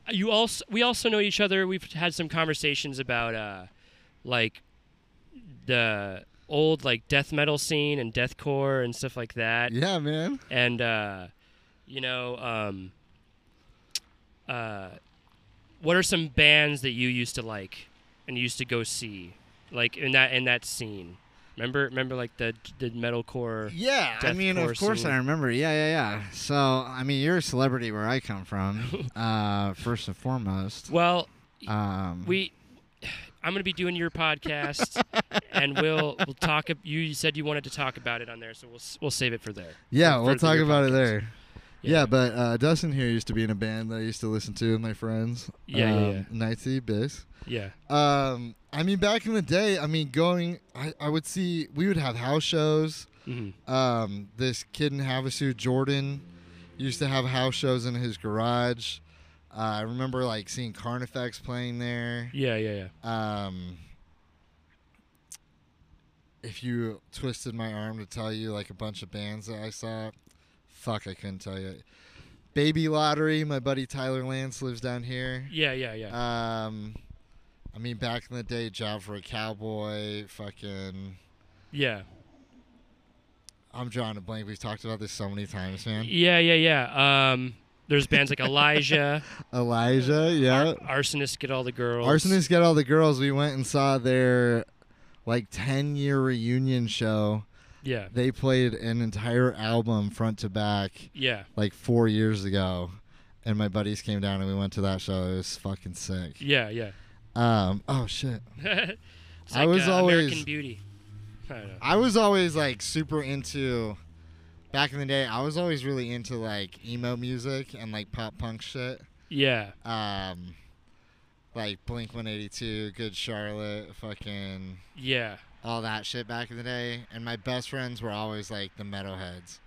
you also we also know each other. We've had some conversations about uh, like the old like death metal scene and deathcore and stuff like that.
Yeah, man.
and uh, you know, um, uh, what are some bands that you used to like and used to go see, like in that in that scene? Remember, remember, like the the metalcore.
Yeah, I
Death
mean, of
course
course
and-
I remember. Yeah, yeah, yeah. So, I mean, you're a celebrity where I come from, uh, first and foremost.
Well,
Um,
we, I'm gonna be doing your podcast, and we'll we'll talk. ab- You said you wanted to talk about it on there, so we'll s- we'll save it for there.
yeah,
for
we'll
the-
talk
your
about it
podcast.
there. Yeah,
Yeah.
but uh, Dustin here used to be in a band that I used to listen to with my friends.
Yeah, yeah,
um,
yeah.
Night City Biz.
Yeah,
Um, I mean, back in the day, I mean, going, I, I would see, we would have house shows.
Mhm.
um, this kid in Havasu, Jordan, used to have house shows in his garage. Uh, I remember like seeing Carnifex playing there.
yeah, yeah, yeah.
Um, if you twisted my arm to tell you like a bunch of bands that I saw, fuck, I couldn't tell you. Baby Lottery, my buddy Tyler Lance lives down here.
Yeah, yeah, yeah.
Um, I mean, back in the day, Job for a Cowboy, fucking.
yeah.
I'm drawing a blank. We've talked about this so many times, man.
Yeah, yeah, yeah. Um, there's bands like Elijah.
Elijah, yeah.
Arsonists get all the girls.
Arsonists Get All the Girls. We went and saw their like 10 year reunion show.
Yeah.
They played an entire album front to back
Yeah.
like four years ago. And my buddies came down and we went to that show. It was fucking sick.
Yeah. Yeah.
Um, oh shit.
It's uh,
I was always-
American Beauty. I don't know.
I was always like super into back in the day. I was always really into like emo music and like pop punk shit.
Yeah.
Um, like Blink 182, Good Charlotte, fucking
Yeah.
all that shit back in the day, and my best friends were always like the metalheads.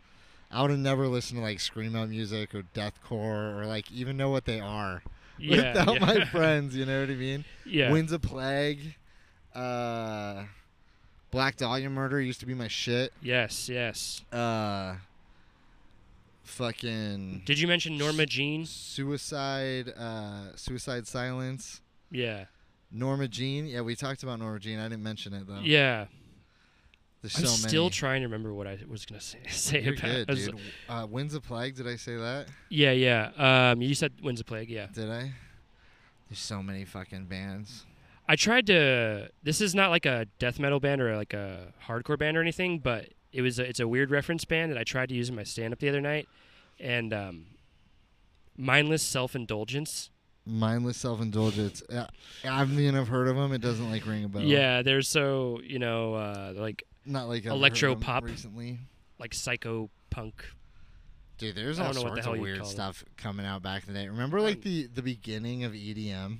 I would have never listened to like screamo music or deathcore or like even know what they are
Yeah.
without
yeah.
my friends. You know what I mean?
yeah.
Winds of Plague, uh, Black Dahlia Murder used to be my shit.
yes. Yes.
Uh, fucking
Did you mention Norma Jean?
Suicide, uh, Suicide Silence,
Yeah.
Norma Jean. Yeah, we talked about Norma Jean. I didn't mention it though.
Yeah.
There's
I'm
Oh. so
still
many.
trying to remember what I was gonna say, say
You're
about.
good,
I was-
dude. Uh, Winds of Plague. Did I say that?
Yeah. Yeah. Um, you said Winds of Plague. Yeah.
Did I? There's so many fucking bands.
I tried to. This is not like a death metal band or like a hardcore band or anything, but it was. A, it's a weird reference band that I tried to use in my stand up the other night, and um, mindless self indulgence.
Mindless self indulgence. Uh, I mean, I've heard of them. It doesn't like ring a bell.
Yeah, they're so you know uh, like
Not like I've heard of
Electro
'em
pop.
recently.
like psycho punk.
Dude, there's
I
all
don't know what the
sorts
hell
of
you'd
weird
call it.
stuff coming out back in the E day. Remember, like the the beginning of EDM,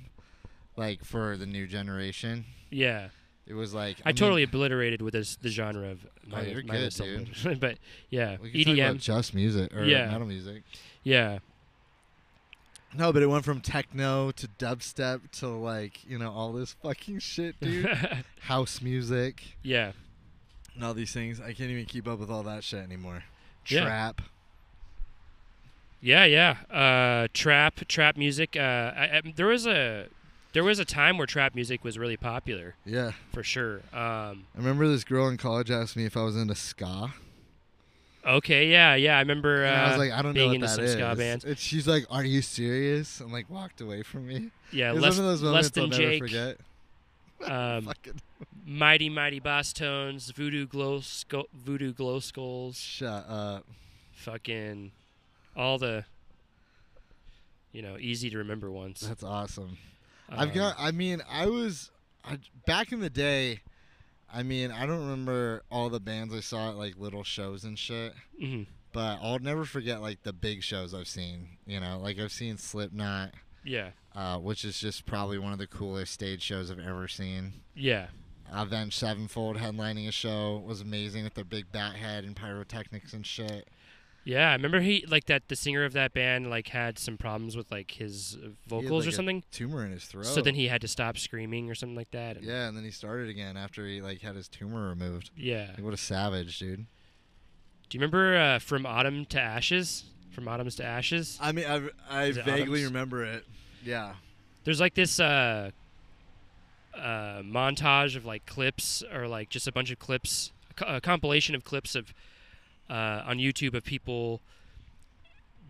like for the new generation.
Yeah,
It It was like
I,
mean, Oh,
totally obliterated with this the genre of my,
you're
my
good,
Sylvan.
dude.
but yeah,
we could talk about
EDM.
just music or
E Yeah.
metal music.
Yeah,
No, but it went from techno to dubstep to like you know all this fucking shit, dude. House music
yeah.
and all these things. I can't even keep up with all that shit anymore.
Yeah.
Trap.
Yeah, yeah. Uh, trap, trap music. Uh, I, I, there was a, there was a time where trap music was really popular
Yeah,
for sure. Um,
I remember this girl in college asked me if I was into ska.
okay, yeah, yeah. I remember. Uh,
And I was like, I don't know
being
what
into
that
some
is.
ska bands.
And she's like, Are you serious? And like walked away from me.
Yeah,
it was
less,
one of those
less
moments
than
I'll never
Jake.
forget.
Um,
Fucking
mighty, mighty boss tones. Voodoo glow, sco- voodoo glow skulls.
shut up.
Fucking, all the. You know, easy to remember ones.
That's awesome.
Um,
I've got. I mean, I was I, back in the day. I mean, I don't remember all the bands I saw at like little shows and shit,
mhm.
but I'll never forget like the big shows I've seen. You know, like I've seen Slipknot,
Yeah,
uh, which is just probably one of the coolest stage shows I've ever seen.
yeah,
Avenged Sevenfold headlining a show was amazing with their big bat head and pyrotechnics and shit.
yeah. I remember he like that. The singer of that band like had some problems with like his uh,
He had,
vocals
like,
or
a
something.
tumor in his throat.
So then he had to stop screaming or something like that. and-
Yeah, and then he started again after he like had his tumor removed.
yeah.
Like, what a savage, dude.
Do you remember uh, from Autumn to Ashes? From Autumns to Ashes.
I mean, I, I
Is it vaguely Adams?
remember it. Yeah.
There's like this uh, uh, montage of like clips or like just a bunch of clips, a co- a compilation of clips of uh, on YouTube of people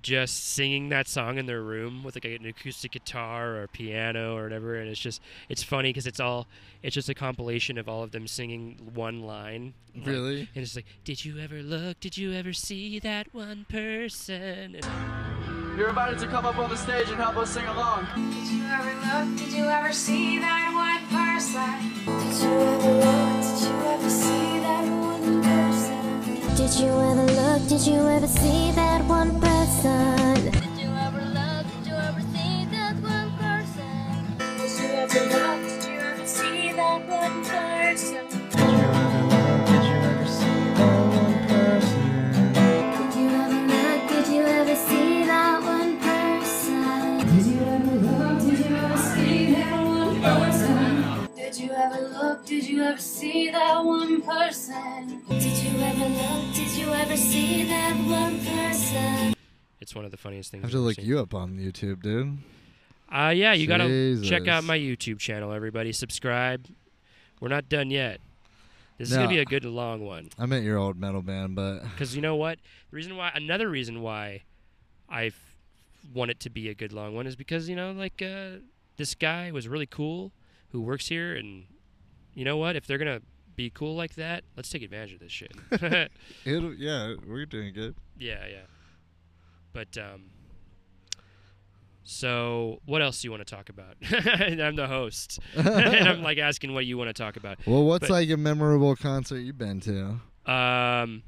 just singing that song in their room with like an acoustic guitar or piano or whatever and it's just it's funny because it's all it's just a compilation of all of them singing one line like,
Really?
And it's like, did you ever look? Did you ever see that one person? And
You're invited to come up on the stage and help us sing along.
Did you ever look? Did you ever see that one person? Did you ever look? Did you ever see that one person?
Did you ever look? Did you ever see that one person?
Did you ever look? Did you ever see that one person? Did you ever look? Did you ever see that one person?
Did you ever look? Did you ever see that one person?
Did you ever look? Did you ever see that one person?
Did you ever look? Did you ever see that one person?
it's one of the funniest things.
I have to
I've
look
seen.
you up on YouTube, dude.
Uh, yeah, you gotta check
Jesus.
out my YouTube channel, everybody. Subscribe. We're not done yet. This is
No.
gonna be a good long one
I met your old metal band, but
because you know what? The reason why, another reason why, I f- want it to be a good long one is because you know, like uh, this guy was really cool who works here, and you know what? If they're gonna be cool like that, let's take advantage of this shit.
it'll, yeah, we're doing good.
Yeah, yeah. But um so what else do you want to talk about? and I'm the host. and I'm like asking what you want to talk about.
Well, what's
But-
like a memorable concert you've been to?
Um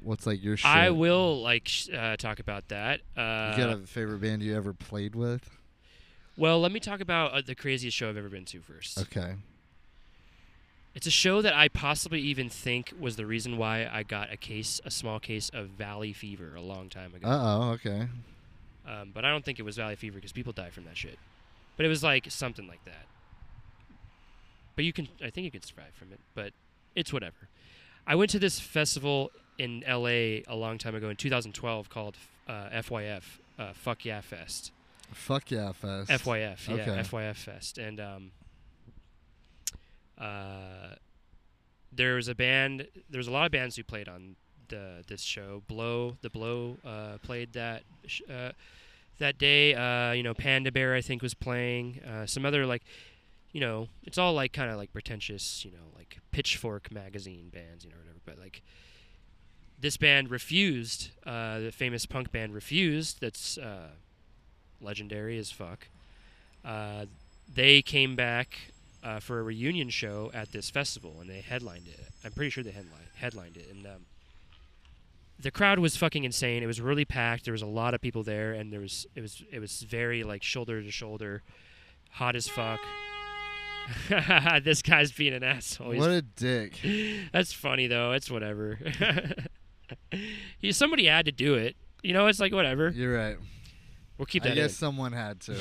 What's like your shit?
I
You
will like sh- uh, talk about that. Uh
got a favorite band you ever played with?
well, let me talk about uh, the craziest show I've ever been to first.
Okay.
It's a show that I possibly even think was the reason why I got a case, a small case of valley fever a long time ago.
Uh oh. Okay.
Um, but I don't think it was Valley Fever because people die from that shit. But it was like something like that. But you can, I think you can survive from it. But it's whatever. I went to this festival in L.A. a long time ago in 2012 called uh, FYF, uh, Fuck Yeah Fest.
Fuck yeah, fest.
FYF, yeah,
Okay.
FYF Fest, and um, uh, there was a band. There was a lot of bands who played on the this show. Blow, the Blow uh, played that sh- uh, that day. Uh, you know, Panda Bear I think was playing. Uh, some other like, you know, it's all like kind of like pretentious, you know, like Pitchfork magazine bands, you know, whatever. But like. This band refused. Uh, the famous punk band refused. That's uh, legendary as fuck. Uh, they came back uh, for a reunion show at this festival, and they headlined it. I'm pretty sure they headlined headlined it, and um, the crowd was fucking insane. It was really packed. There was a lot of people there, and there was it was it was very like shoulder to shoulder, hot as fuck. this guy's being an asshole. He's
What a dick.
That's funny though. It's whatever. you, somebody had to do it. You know, it's like whatever.
You're right.
We'll keep
I
that
guess
in.
someone had to,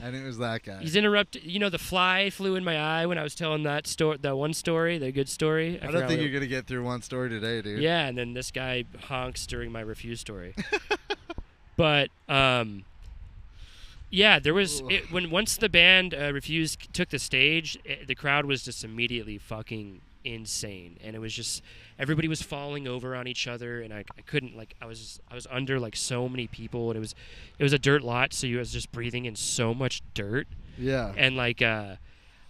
and it was that guy.
He's interrupted. You know, the fly flew in my eye when I was telling that story, that one story, the good story.
I
forgot
don't think
what
you're
it-
gonna get through one story today, dude.
Yeah, and then this guy honks during my refuse story. but um, yeah, there was
Ugh.
it, when once the band uh, refused took the stage, eh, the crowd was just immediately fucking insane, and it was just everybody was falling over on each other, and I, I couldn't like I was I was under like so many people, and it was it was a dirt lot, so you was just breathing in so much dirt
Yeah.
and like uh,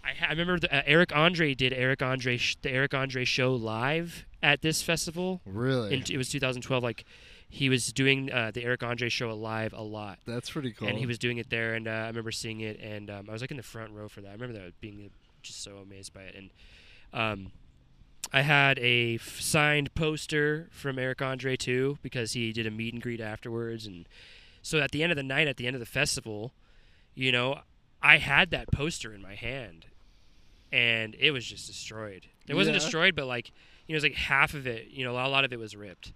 I, ha- I remember the, uh, Eric Andre did Eric Andre sh- the Eric Andre show live at this festival.
Really.
In, it was 2012. Like he was doing uh, the Eric Andre show live a lot,
That's pretty cool.
and he was doing it there. And uh, I remember seeing it, and um, I was like in the front row for that. I remember that being uh, just so amazed by it. And um, I had a f- signed poster from Eric Andre too because he did a meet and greet afterwards, and so at the end of the night, at the end of the festival, you know, I had that poster in my hand, and it was just destroyed. It wasn't
Yeah.
destroyed, but like you know, it was like half of it. You know, a lot of it was ripped.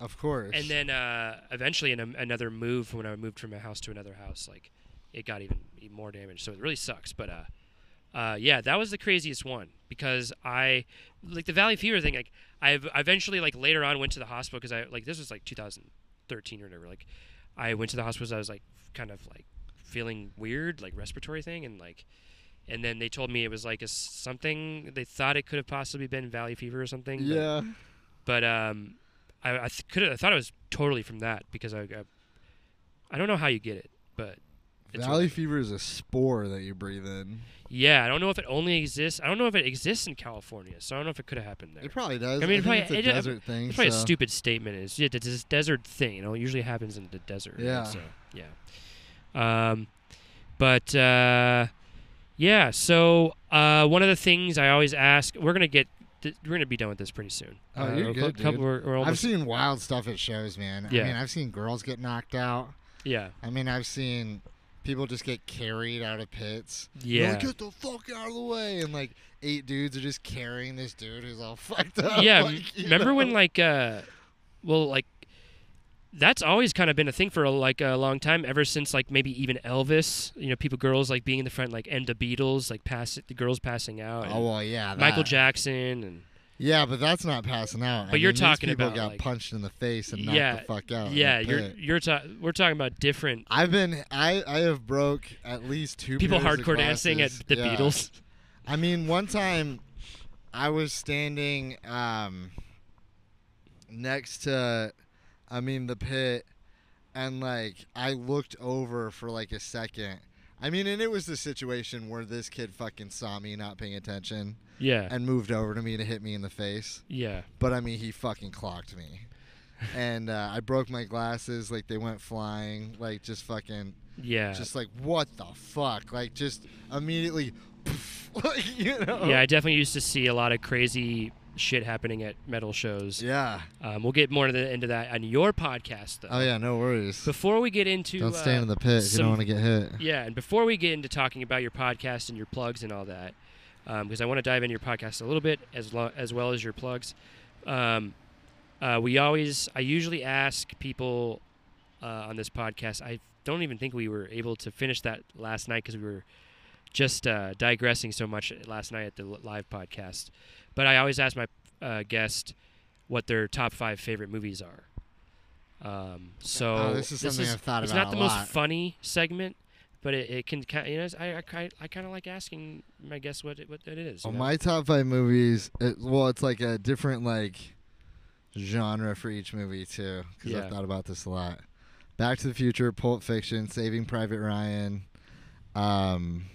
of course.
And then uh, eventually, in a, another move, when I moved from a house to another house, like it got even even more damage. So it really sucks. But uh, uh, yeah, that was the craziest one because I like the Valley Fever thing. Like I ev- I eventually like later on went to the hospital because I like this was like 2013 or whatever. Like I went to the hospital. 'cause I was like kind of like feeling weird, like respiratory thing, and like. And then they told me it was like a s- something they thought it could have possibly been Valley Fever or something. but-
yeah.
but um, I, I th- could I thought it was totally from that because I, I I don't know how you get it, but it's
Valley
whatever.
fever is a spore that you breathe in.
yeah, I don't know if it only exists. I don't know if it exists in California, so I don't know if it could have happened there.
It probably does.
I mean,
think
probably-
it's a
it- it-
desert thing.
it's probably
so-
a stupid statement. It's yeah, it's a desert thing. You know, it usually happens in the desert. right?
Yeah.
So yeah. Um, but uh, yeah. So uh, one of the things I always ask, we're gonna get, th- we're gonna be done with this pretty soon.
Oh,
Uh,
you're
we're a
good,
couple-
dude.
we're- we're
I've
almost-
seen wild stuff at shows, man.
Yeah.
I mean, I've seen girls get knocked out.
yeah.
I mean, I've seen people just get carried out of pits. They're
Yeah.
like, get the fuck out of the way, and like eight dudes are just carrying this dude who's all fucked up.
yeah m-
like, you
remember
know?
when like uh well like that's always kind of been a thing for a, like a long time ever since like maybe even elvis you know people girls like being in the front like and the beatles like pass the girls passing out and
Oh well, yeah.
michael
that.
jackson and
Yeah, but that's not passing out.
But you're
these
talking
people
about,
got
like-
punched in the face and knocked
yeah
the fuck out. in
yeah
the
you're
pit.
you're ta- we're talking about different
I've been I I have broke at least two
people
pairs of
hardcore dancing at
glasses.
the
Yeah.
beatles
I mean, one time I was standing um, next to, I mean, the pit, and like I looked over for like a second. I mean, and it was the situation where this kid fucking saw me not paying attention
yeah
and moved over to me to hit me in the face.
yeah
But I mean, he fucking clocked me. And uh, I broke my glasses, like they went flying, like just fucking
yeah
just like what the fuck like just immediately like, you know
yeah i definitely used to see a lot of crazy shit happening at metal shows
yeah
um, we'll get more into the- into that on your podcast though
oh yeah no worries
Before we get into
don't
uh,
stand in the pit if you
some-
don't want to get hit
yeah, and before we get into talking about your podcast and your plugs and all that, because I want to dive into your podcast a little bit as lo- as well as your plugs. Um, uh, we always, I usually ask people uh, on this podcast. I don't even think we were able to finish that last night because we were just uh, digressing so much last night at the li- live podcast. But I always ask my uh, guest what their top five favorite movies are. Um, so
Oh, this is something I've thought
it's
about
not the
a
most
lot.
funny segment, but it, it can kind. You know, it's- I I, ki- I kind of like asking my guests what it, what it is. you
Well,
know?
Oh, my top five movies it, well it's like a different like genre for each movie too because
Yeah.
i've thought about this a lot back to the future pulp fiction saving private ryan um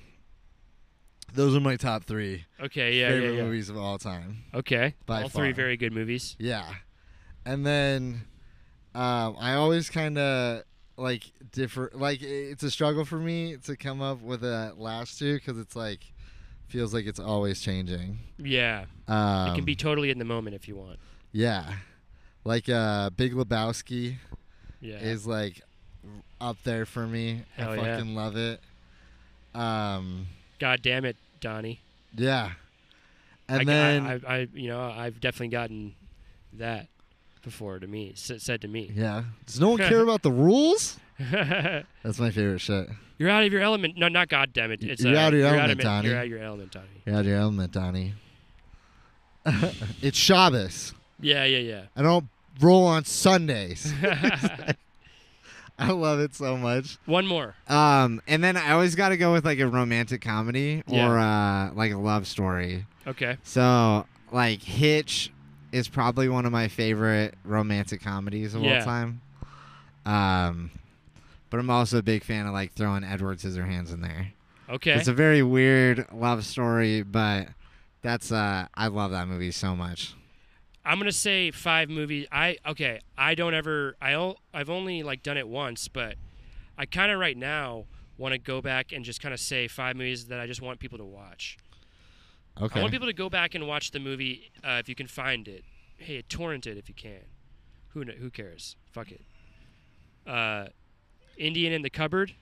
those are my top three
okay, yeah, yeah,
favorite
yeah.
movies of all time
Okay,
By
all three
far.
very good movies.
Yeah. And then um, I always kind of like differ. Like i- it's a struggle for me to come up with a last two because it's like feels like it's always changing.
Yeah,
Um,
it can be totally in the moment if you want.
yeah. Like uh, Big Lebowski
Yeah,
is like up there for me.
Hell
I
yeah.
fucking love it. Um,
God damn it, Donnie.
Yeah. And
I,
then
I, I, I, you know, I've definitely gotten that before to me, s- said to me.
yeah, does no one care about the rules? That's my favorite shit.
you're out of your element. No, not God damn it. It's
You're
uh,
out of your
you're
element,
out of,
Donnie.
You're out of your element, Donnie.
Yeah, dude, I'm the Donnie. it's Shabbos.
Yeah, yeah,
I don't roll on Sundays.
yeah.
I love it so much.
One more.
Um, and then I always got to go with like a romantic comedy or uh, like a love story.
Okay.
So like Hitch is probably one of my favorite romantic comedies of
Yeah.
all time. Um, but I'm also a big fan of like throwing Edward Scissorhands in there.
Okay.
It's a very weird love story, but that's uh, I love that movie so much.
I'm gonna say five movies. I okay. I don't ever. I o- I've only like done it once, but I kind of right now want to go back and just kind of say five movies that I just want people to watch. I
Okay.
want people to go back and watch the movie uh, if you can find it. Hey, torrent it if you can. Who kn- who cares? Fuck it. Uh, Indian in the cupboard.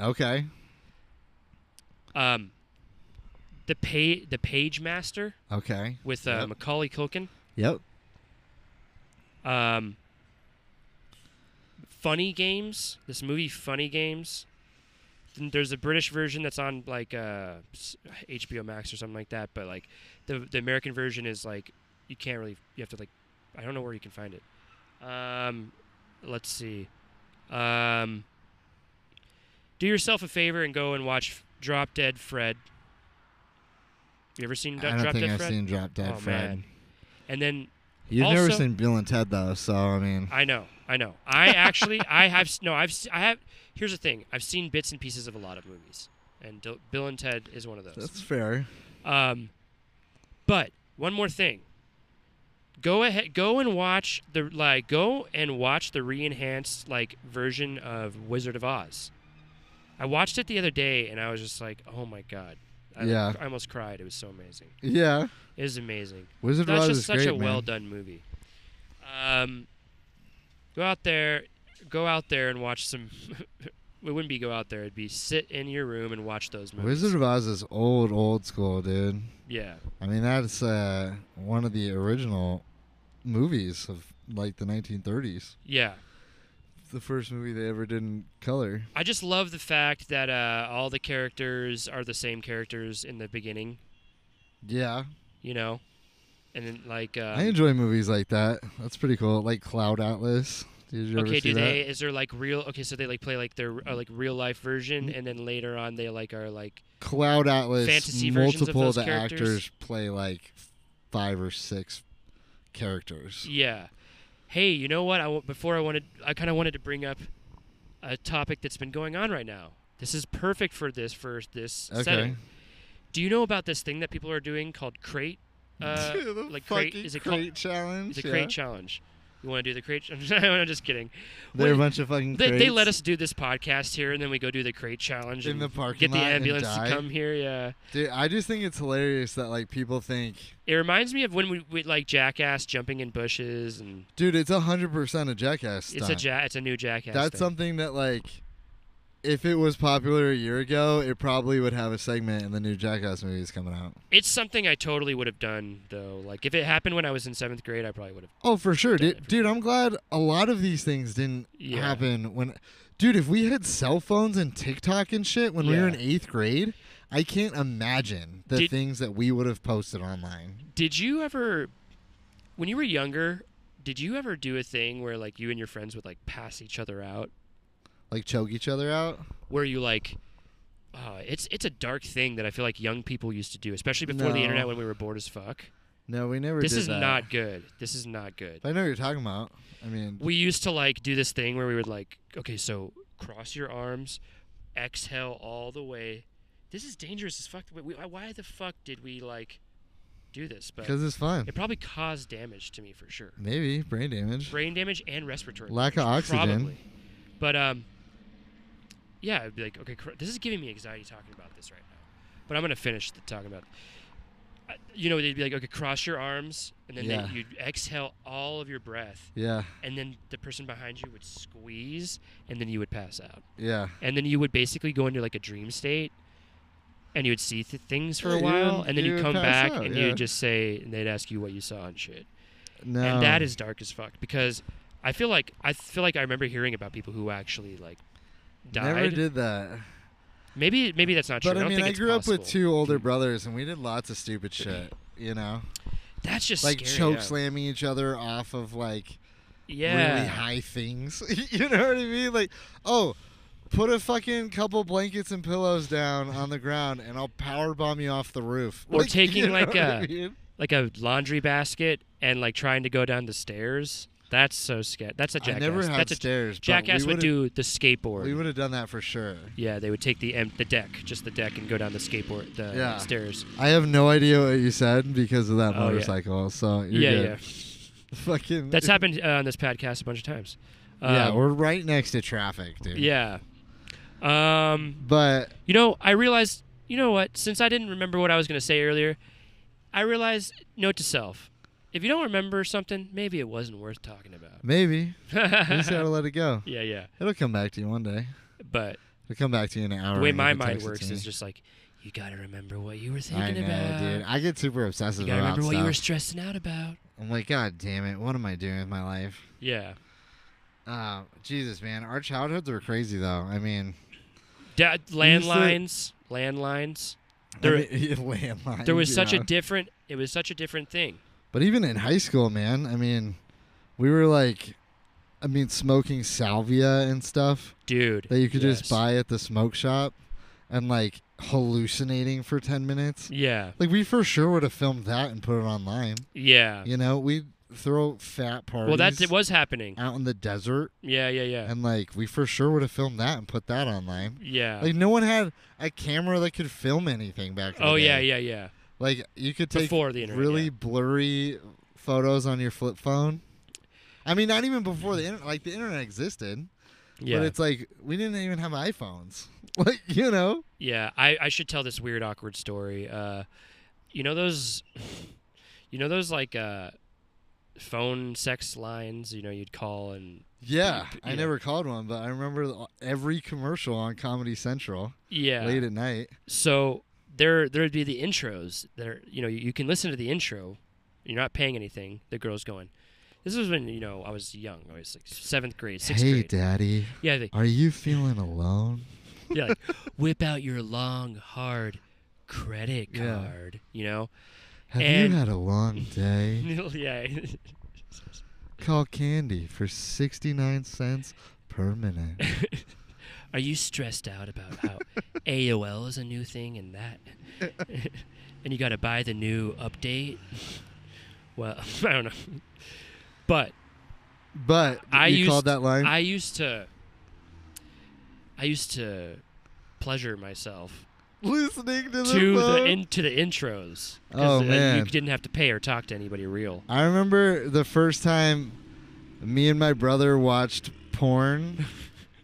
okay.
Um, the pay the page master
Okay.
with uh,
Yep.
Macaulay Culkin.
Yep.
Um, Funny Games. This movie, Funny Games. Th- There's a British version that's on like uh, s- HBO Max or something like that, but like the the American version is like you can't really you have to like I don't know where you can find it. Um, let's see. Um, do yourself a favor and go and watch Drop Dead Fred. You ever seen Do-
I don't
Drop
think
Dead
I've
Fred?
seen Drop Dead
oh
Fred.
man! And then
You've never
Also-
seen Bill and Ted though, so I mean,
I know, I know. I actually, I have s- no, I've, s- I have. Here's the thing: I've seen bits and pieces of a lot of movies, and Dil- Bill and Ted is one of those.
that's fair.
Um, but one more thing. Go ahead, go and watch the like, go and watch the re-enhanced like version of Wizard of Oz. I watched it the other day, and I was just like, oh my god. I,
Yeah.
I almost cried. It was so amazing.
Yeah.
It was amazing.
Wizard of
That's
Oz
just
is
such
great,
a well
man.
done movie. Um, go out there, go out there and watch some. it wouldn't be go out there. It'd be sit in your room and watch those movies.
Wizard of Oz is old, old school, dude.
Yeah,
I mean, that's uh, one of the original movies of like the 1930s.
yeah.
The first movie they ever did in color.
I just love the fact that uh, all the characters are the same characters in the beginning.
Yeah.
You know, and then like. Um,
I enjoy movies like that. That's pretty cool. Like Cloud Atlas. Did you ever
Okay,
see
do
that?
they? Is there like real? Okay, so they like play like their uh, like real life version,
Mm-hmm.
and then later on they like are like
Cloud Atlas.
Fantasy versions of
multiple
those
the
characters?
actors play like five or six characters.
Yeah. Hey, you know what? I w- before I wanted, I kind of wanted to bring up a topic that's been going on right now. This is perfect for this for this
Okay.
setting. Do you know about this thing that people are doing called crate? Uh,
Dude, the
like crate
fucking
is it
crate
called
challenge?
the
yeah.
crate challenge? You want to do the crate? challenge? I'm just kidding.
They're a
What-
bunch of fucking.
They, they let
crates.
us do this podcast here, and then we go do the crate challenge
In
and
the parking
get the
lot and
ambulance
die?
to come here. Yeah.
Dude, I just think it's hilarious that like people think,
It reminds me of when we, we like jackass jumping in bushes, and
dude, it's hundred percent a jackass.
it's a
stunt.
ja- it's a new jackass.
That's
thing.
something that like, if it was popular a year ago, it probably would have a segment in the new Jackass movies coming out.
It's something I totally would have done though. Like if it happened when I was in seventh grade, I probably would have.
Oh, for sure,
Done it
dude.
for
Dude, I'm glad a lot of these things didn't
Yeah.
happen when. Dude, if we had cell phones and TikTok and shit when we were in
Yeah.
eighth grade, I can't imagine the
Did-
things that we would have posted online.
Did you ever, when you were younger, did you ever do a thing where like you and your friends would like pass each other out?
Like choke each other out.
Where you like, uh, it's it's a dark thing that I feel like young people used to do, especially before the
No.
internet when we were bored as fuck.
No, we never.
This
did
is
that.
not good. This is not good.
But I know what you're talking about. I mean,
we used to like do this thing where we would like okay so cross your arms exhale all the way this is dangerous as fuck we, why the fuck did we like do this but
because it's fun.
it probably caused damage to me for sure
Maybe brain damage.
brain damage and respiratory
Lack of
damage,
oxygen.
probably. but um yeah it'd be like okay cr- this is giving me anxiety talking about this right now but i'm gonna finish the talking about I- you know they'd be like okay cross your arms and then
Yeah.
they, you'd exhale all of your breath
Yeah,
and then the person behind you would squeeze and then you would pass out
yeah.
and then you would basically go into like a dream state and you would see th- things for a
Yeah, you
while,
would-
and then
you
you'd
would
come
pass
back
out,
and
yeah.
you'd just say, and they'd ask you what you saw and shit.
No.
And that is dark as fuck because I feel like I feel like I remember hearing about people who actually like died.
Never did that.
Maybe maybe that's not true.
But
I
I
don't
mean,
think
I
it's
grew up with
possible.
two older brothers, and we did lots of stupid shit. You know,
That's just
like
scary,
choke
yeah.
slamming each other off of like
Yeah.
really high things. you know what I mean? Like, oh, put a fucking couple blankets and pillows down on the ground, and I'll power bomb you off the roof.
Or
Like,
taking,
you know
like,
what I
a-
mean?
like a laundry basket and like trying to go down the stairs. That's so scary. That's a
I
jackass.
never had
that's a
stairs. but
jackass
we
would
would've-
do the skateboard.
We would have done that for sure.
yeah, they would take the em- the deck, just the deck, and go down the skateboard, the
Yeah.
stairs.
I have no idea what you said because of that
Oh, yeah.
motorcycle. So you're
yeah,
good.
yeah.
Fucking.
That's happened uh, on this podcast a bunch of times.
yeah,
Um,
we're right next to traffic, dude.
yeah. Um,
But
You know, I realized, you know what? Since I didn't remember what I was going to say earlier, I realized note to self. If you don't remember something, maybe it wasn't worth talking about.
maybe you just gotta let it go.
yeah, yeah.
It'll come back to you one day.
But
It'll come back to you in an hour.
the way
and you
my
can
mind
text it
works
to
is
me.
just like, you got to remember what you were
I
thinking
know,
about.
dude. I get super obsessive
you got to
about
remember what
stuff.
you were stressing out about.
I'm like, God damn it! What am I doing with my life?
Yeah.
Uh, Jesus, man, our childhoods were crazy, though. I mean,
Da-
used to-
landlines, landlines. There-
I mean, landlines,
There was
you
such a
know?
different, it was such a different thing.
But even in high school, man, I mean, we were like, I mean, smoking salvia and stuff
Dude.
that you could
yes.
just buy at the smoke shop, and like hallucinating for ten minutes.
Yeah.
Like we for sure would have filmed that and put it online.
Yeah.
You know, we would throw fat parties.
Well, that it was happening.
out in the desert,
Yeah, yeah, yeah.
and like we for sure would have filmed that and put that online.
yeah.
Like no one had a camera that could film anything back. in the
Oh yeah,
day.
yeah, yeah.
Like you could take
Before the internet,
really
yeah.
blurry photos on your flip phone. I mean, not even before the internet. Like the internet existed,
Yeah.
but it's like we didn't even have iPhones. Like you know,
yeah. I, I should tell this weird awkward story. Uh you know those you know those like uh phone sex lines, you know, you'd call and
yeah.
Beep,
I
yeah.
never called one, but I remember the- every commercial on Comedy Central
yeah.
late at night.
So there there would be the intros that are you know, you, you can listen to the intro. You're not paying anything. The girl's going. This was when, you know, I was young. I was like seventh grade, sixth
hey,
grade.
daddy,
Yeah, they,
are you feeling alone?
yeah, like, whip out your long, hard credit
Yeah.
card, you know?
Have
And-
you had a long day?
yeah.
Call Candy for 69 cents per minute.
Are you stressed out about how AOL is a new thing and that? and you got to buy the new update? Well, I don't know. But
But
I
you
used
called that line?
I used to I used to pleasure myself
Listening to the
to the
phone.
in, to the intros
Oh,
uh, you
man.
didn't have to pay or talk to anybody real.
I remember the first time me and my brother watched porn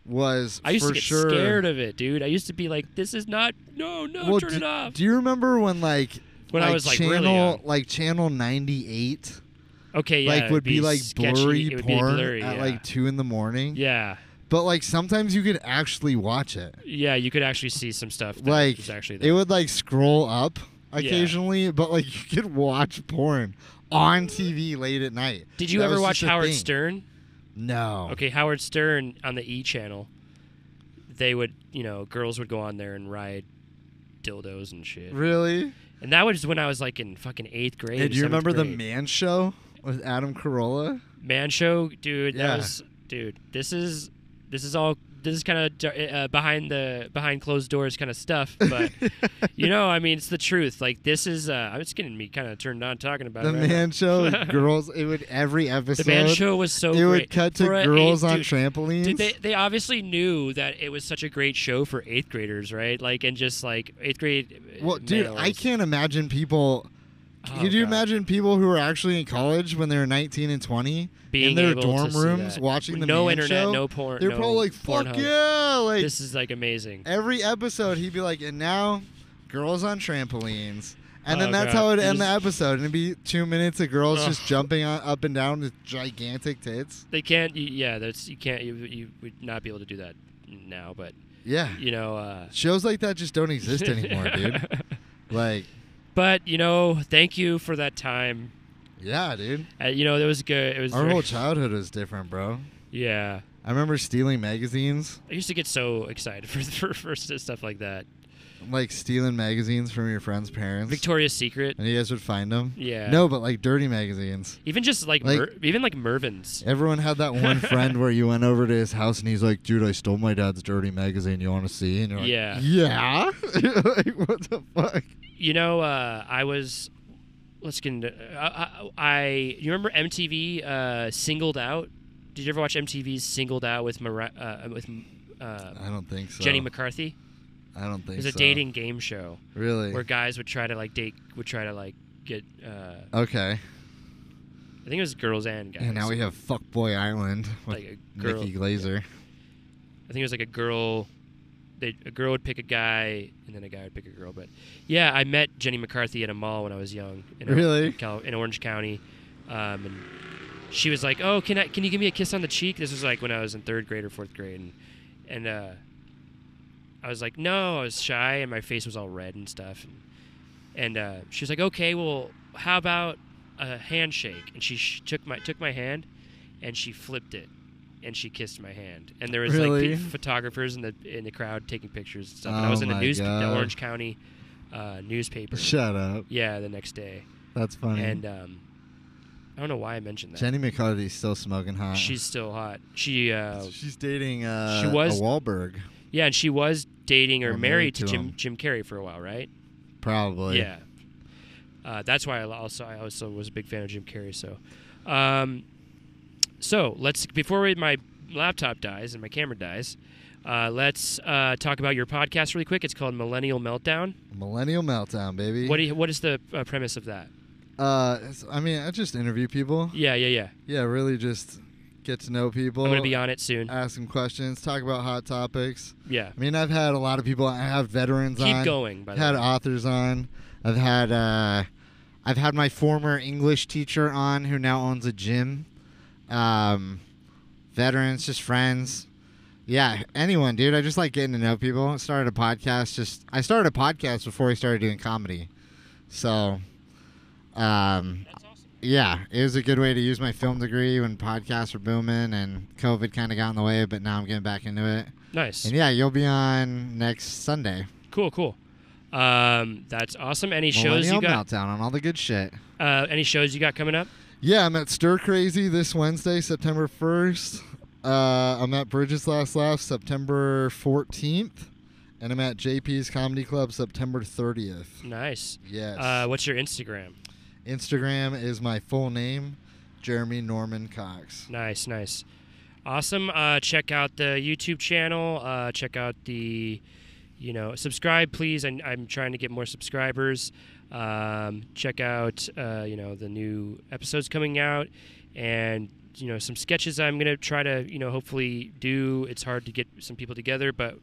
was
I used
for
to get
sure.
scared of it, dude. I used to be like, "This is not no, no,
well,
turn
do,
it off."
do you remember when like
When I was, like, really
channel
young.
like channel 98
okay, yeah,
like
it'd
would be, like
sketchy,
blurry
it would be
porn
blurry,
at
yeah.
like 2 in the morning?
yeah,
But like sometimes you could actually watch it.
yeah, you could actually see some stuff. That
like
was actually
it
there.
would like scroll up occasionally, but like you could watch porn on TV late at night.
Did you
That
ever
was
watch
just a
Howard
thing.
Stern?
No.
Okay, Howard Stern on the E Channel. They would, you know, girls would go on there and ride dildos and shit.
Really?
And that was when I was like in fucking eighth grade.
Hey,
or
do you
seventh
remember the
grade.
Man Show with Adam Carolla?
man show, dude?
Yeah.
That was, dude. This is this is all this is kind of uh, behind the behind closed doors kind of stuff, but. you know, I mean, it's the truth. Like this is, uh, I'm just getting me kind of turned on talking about
the
it. right now.
Man Show, with girls. It would every episode.
the man show was so.
it
great.
would cut to
For a
girls
eighth-
on
dude,
trampolines.
Dude, they, they obviously knew that it was such a great show for eighth graders, right? Like, and just like eighth grade. uh,
well, dude, I
males.
can't imagine people.
Oh,
could you
God.
imagine people who are actually in college when they're 19 and 20
Being
in their
able to
dorm
see
rooms
that.
watching the
no
Man
internet,
Show?
no porn.
They're
no
probably like, "Fuck
Pornhub.
yeah!" Like
This is like amazing.
every episode, he'd be like, "And now, girls on trampolines," and
Oh,
then that's
God.
how it'd
You
end the
just-
episode. And it'd be two minutes of girls
Ugh.
just jumping on, up and down with gigantic tits.
They can't. You, yeah, that's you can't. You, you would not be able to do that now, but
Yeah.
you know. Uh,
Shows like that just don't exist anymore, dude. Like,
But you know, thank you for that time.
yeah, dude.
Uh, you know, that was good. It was
Our
very-
whole childhood was different, bro.
Yeah,
I remember stealing magazines,
I used to get so excited for for, for s- stuff like that.
like stealing magazines from your friend's parents.
Victoria's Secret,
And you guys would find them.
Yeah.
No, but like dirty magazines.
even just like,
Like-
Mer- even like Mervin's.
Everyone had that one friend where you went over to his house and he's like, "Dude, I stole my dad's dirty magazine. You want to see?" And you're like,
Yeah.
yeah." like, what the fuck?
You know, uh, I was. Let's get into. I, I, I you remember MTV uh, singled out? Did you ever watch MTV's singled out with Mara- uh, with uh,
I don't think so.
Jenny McCarthy?
I don't think
It was a
so.
dating game show
Really?
where guys would try to like date, would try to like get. Uh,
okay.
I think it was girls and guys.
And now we have Fuckboy Island with
Like a girl-
Nikki Glazer.
I think it was like a girl. They, a girl would pick a guy, and then a guy would pick a girl. But yeah, I met Jenny McCarthy at a mall when I was young. In Or-
Really?
in Cal- in Orange County, um, and she was like, "Oh, can I? Can you give me a kiss on the cheek?" This was like when I was in third grade or fourth grade, and and uh, I was like, "No," I was shy, and my face was all red and stuff. And, and uh, she was like, "Okay, well, how about a handshake?" And she sh- took my took my hand, and she flipped it. And she kissed my hand, and there was
Really?
like pe- photographers in the in the crowd taking pictures and stuff. and I
Oh
was in the
my
news, the
God.
Orange County uh, newspaper.
Shut up.
Yeah, the next day.
That's funny.
And um, I don't know why I mentioned that.
Jenny uh, McCarthy's still smoking hot.
She's still hot. She, uh,
she's dating uh,
She was-
a Wahlberg,
yeah, and she was dating or
Or
married,
married
to,
to
Jim
him.
Jim Carrey for a while, right?
probably.
yeah. Uh, that's why I lo- also I also was a big fan of Jim Carrey. So, um, so let's before we, my laptop dies and my camera dies, uh, let's uh, talk about your podcast really quick. It's called Millennial Meltdown.
Millennial meltdown, baby.
What do you, what is the uh, premise of that?
Uh, it's- I mean, I just interview people.
Yeah, yeah, yeah.
Yeah, really, just get to know people.
I'm gonna be on it
uh,
soon.
ask them questions, talk about hot topics.
yeah,
I mean, I've had a lot of people. I have veterans on.
keep going. By
I've
the
had
way.
authors on.
I've had uh, I've had my former English teacher on, who now owns a gym. Um, veterans, just friends. Yeah, anyone, dude. I just like getting to know people. I started a podcast. Just I started a podcast before I started doing comedy. So, um, yeah, it was a good way to use my film degree when podcasts were booming and COVID kind of got in the way. But now I'm getting back into it.
nice.
And yeah, you'll be on next Sunday.
Cool, cool. Um, that's awesome. Any shows you
Millennial
got?
meltdown on all the good shit.
Uh, any shows you got coming up?
Yeah, I'm at Stir Crazy this Wednesday, September 1st. Uh, I'm at Bridges Last Laugh September 14th, and I'm at JP's Comedy Club September 30th.
Nice.
Yes.
Uh, what's your Instagram?
Instagram is my full name, Jeremy Norman Cox.
Nice, nice, awesome. Uh, check out the YouTube channel. Uh, check out the, you know, subscribe please. I'm, I'm trying to get more subscribers. Um, check out, uh, you know, the new episodes coming out, and you know some sketches I'm gonna try to, you know, hopefully do. It's hard to get some people together, but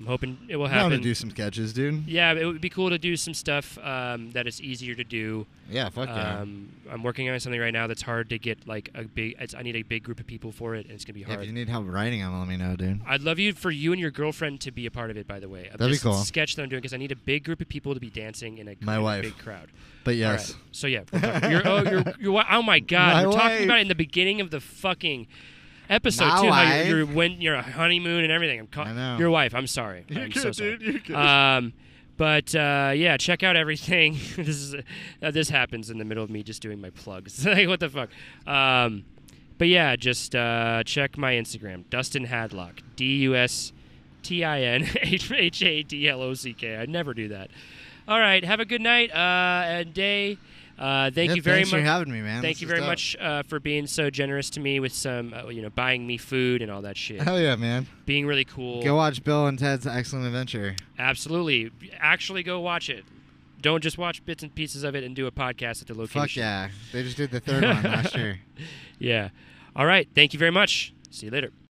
I'm hoping it will
I'm
happen.
to do some sketches, dude.
Yeah, it would be cool to do some stuff um, that is easier to do.
Yeah, fuck yeah.
Um, I'm working on something right now that's hard to get like a big. It's, I need a big group of people for it, and it's gonna be
If you
hard.
need help writing them, let me know, dude.
I'd love you for you and your girlfriend to be a part of it. By the way, of
That'd be
this
cool.
sketch that I'm doing because I need a big group of people to be dancing in a,
My
in a
wife.
big crowd.
But
All
yes.
right. So yeah, we're talking- you're, oh, you're, you're, wa- oh my God,
My
we're
wife.
talking about it in the beginning of the fucking episode
My
too. How
wife.
you're, you're when you're a honeymoon and everything. I'm ca-
I know.
your wife. I'm sorry. You're I'm so
good,
sorry.
dude. You're good.
Um, but uh, yeah, check out everything. this is uh, this happens in the middle of me just doing my plugs. like what the fuck. Um, but yeah, just uh, check my Instagram, Dustin Hadlock, D U S T I N H H A D L O C K. I never do that. All right, have a good night uh, and day. Uh, thank
Yeah,
you very
thanks
much.
for having me, man.
Thank
This
you
is
very
dope.
much uh, for being so generous to me with some, uh, you know, buying me food and all that shit.
Hell yeah, man.
being really cool.
Go watch Bill and Ted's Excellent Adventure.
Absolutely. Actually, go watch it. Don't just watch bits and pieces of it and do a podcast at the location.
Fuck yeah. They just did the third one last year.
Yeah. All right. Thank you very much. See you later.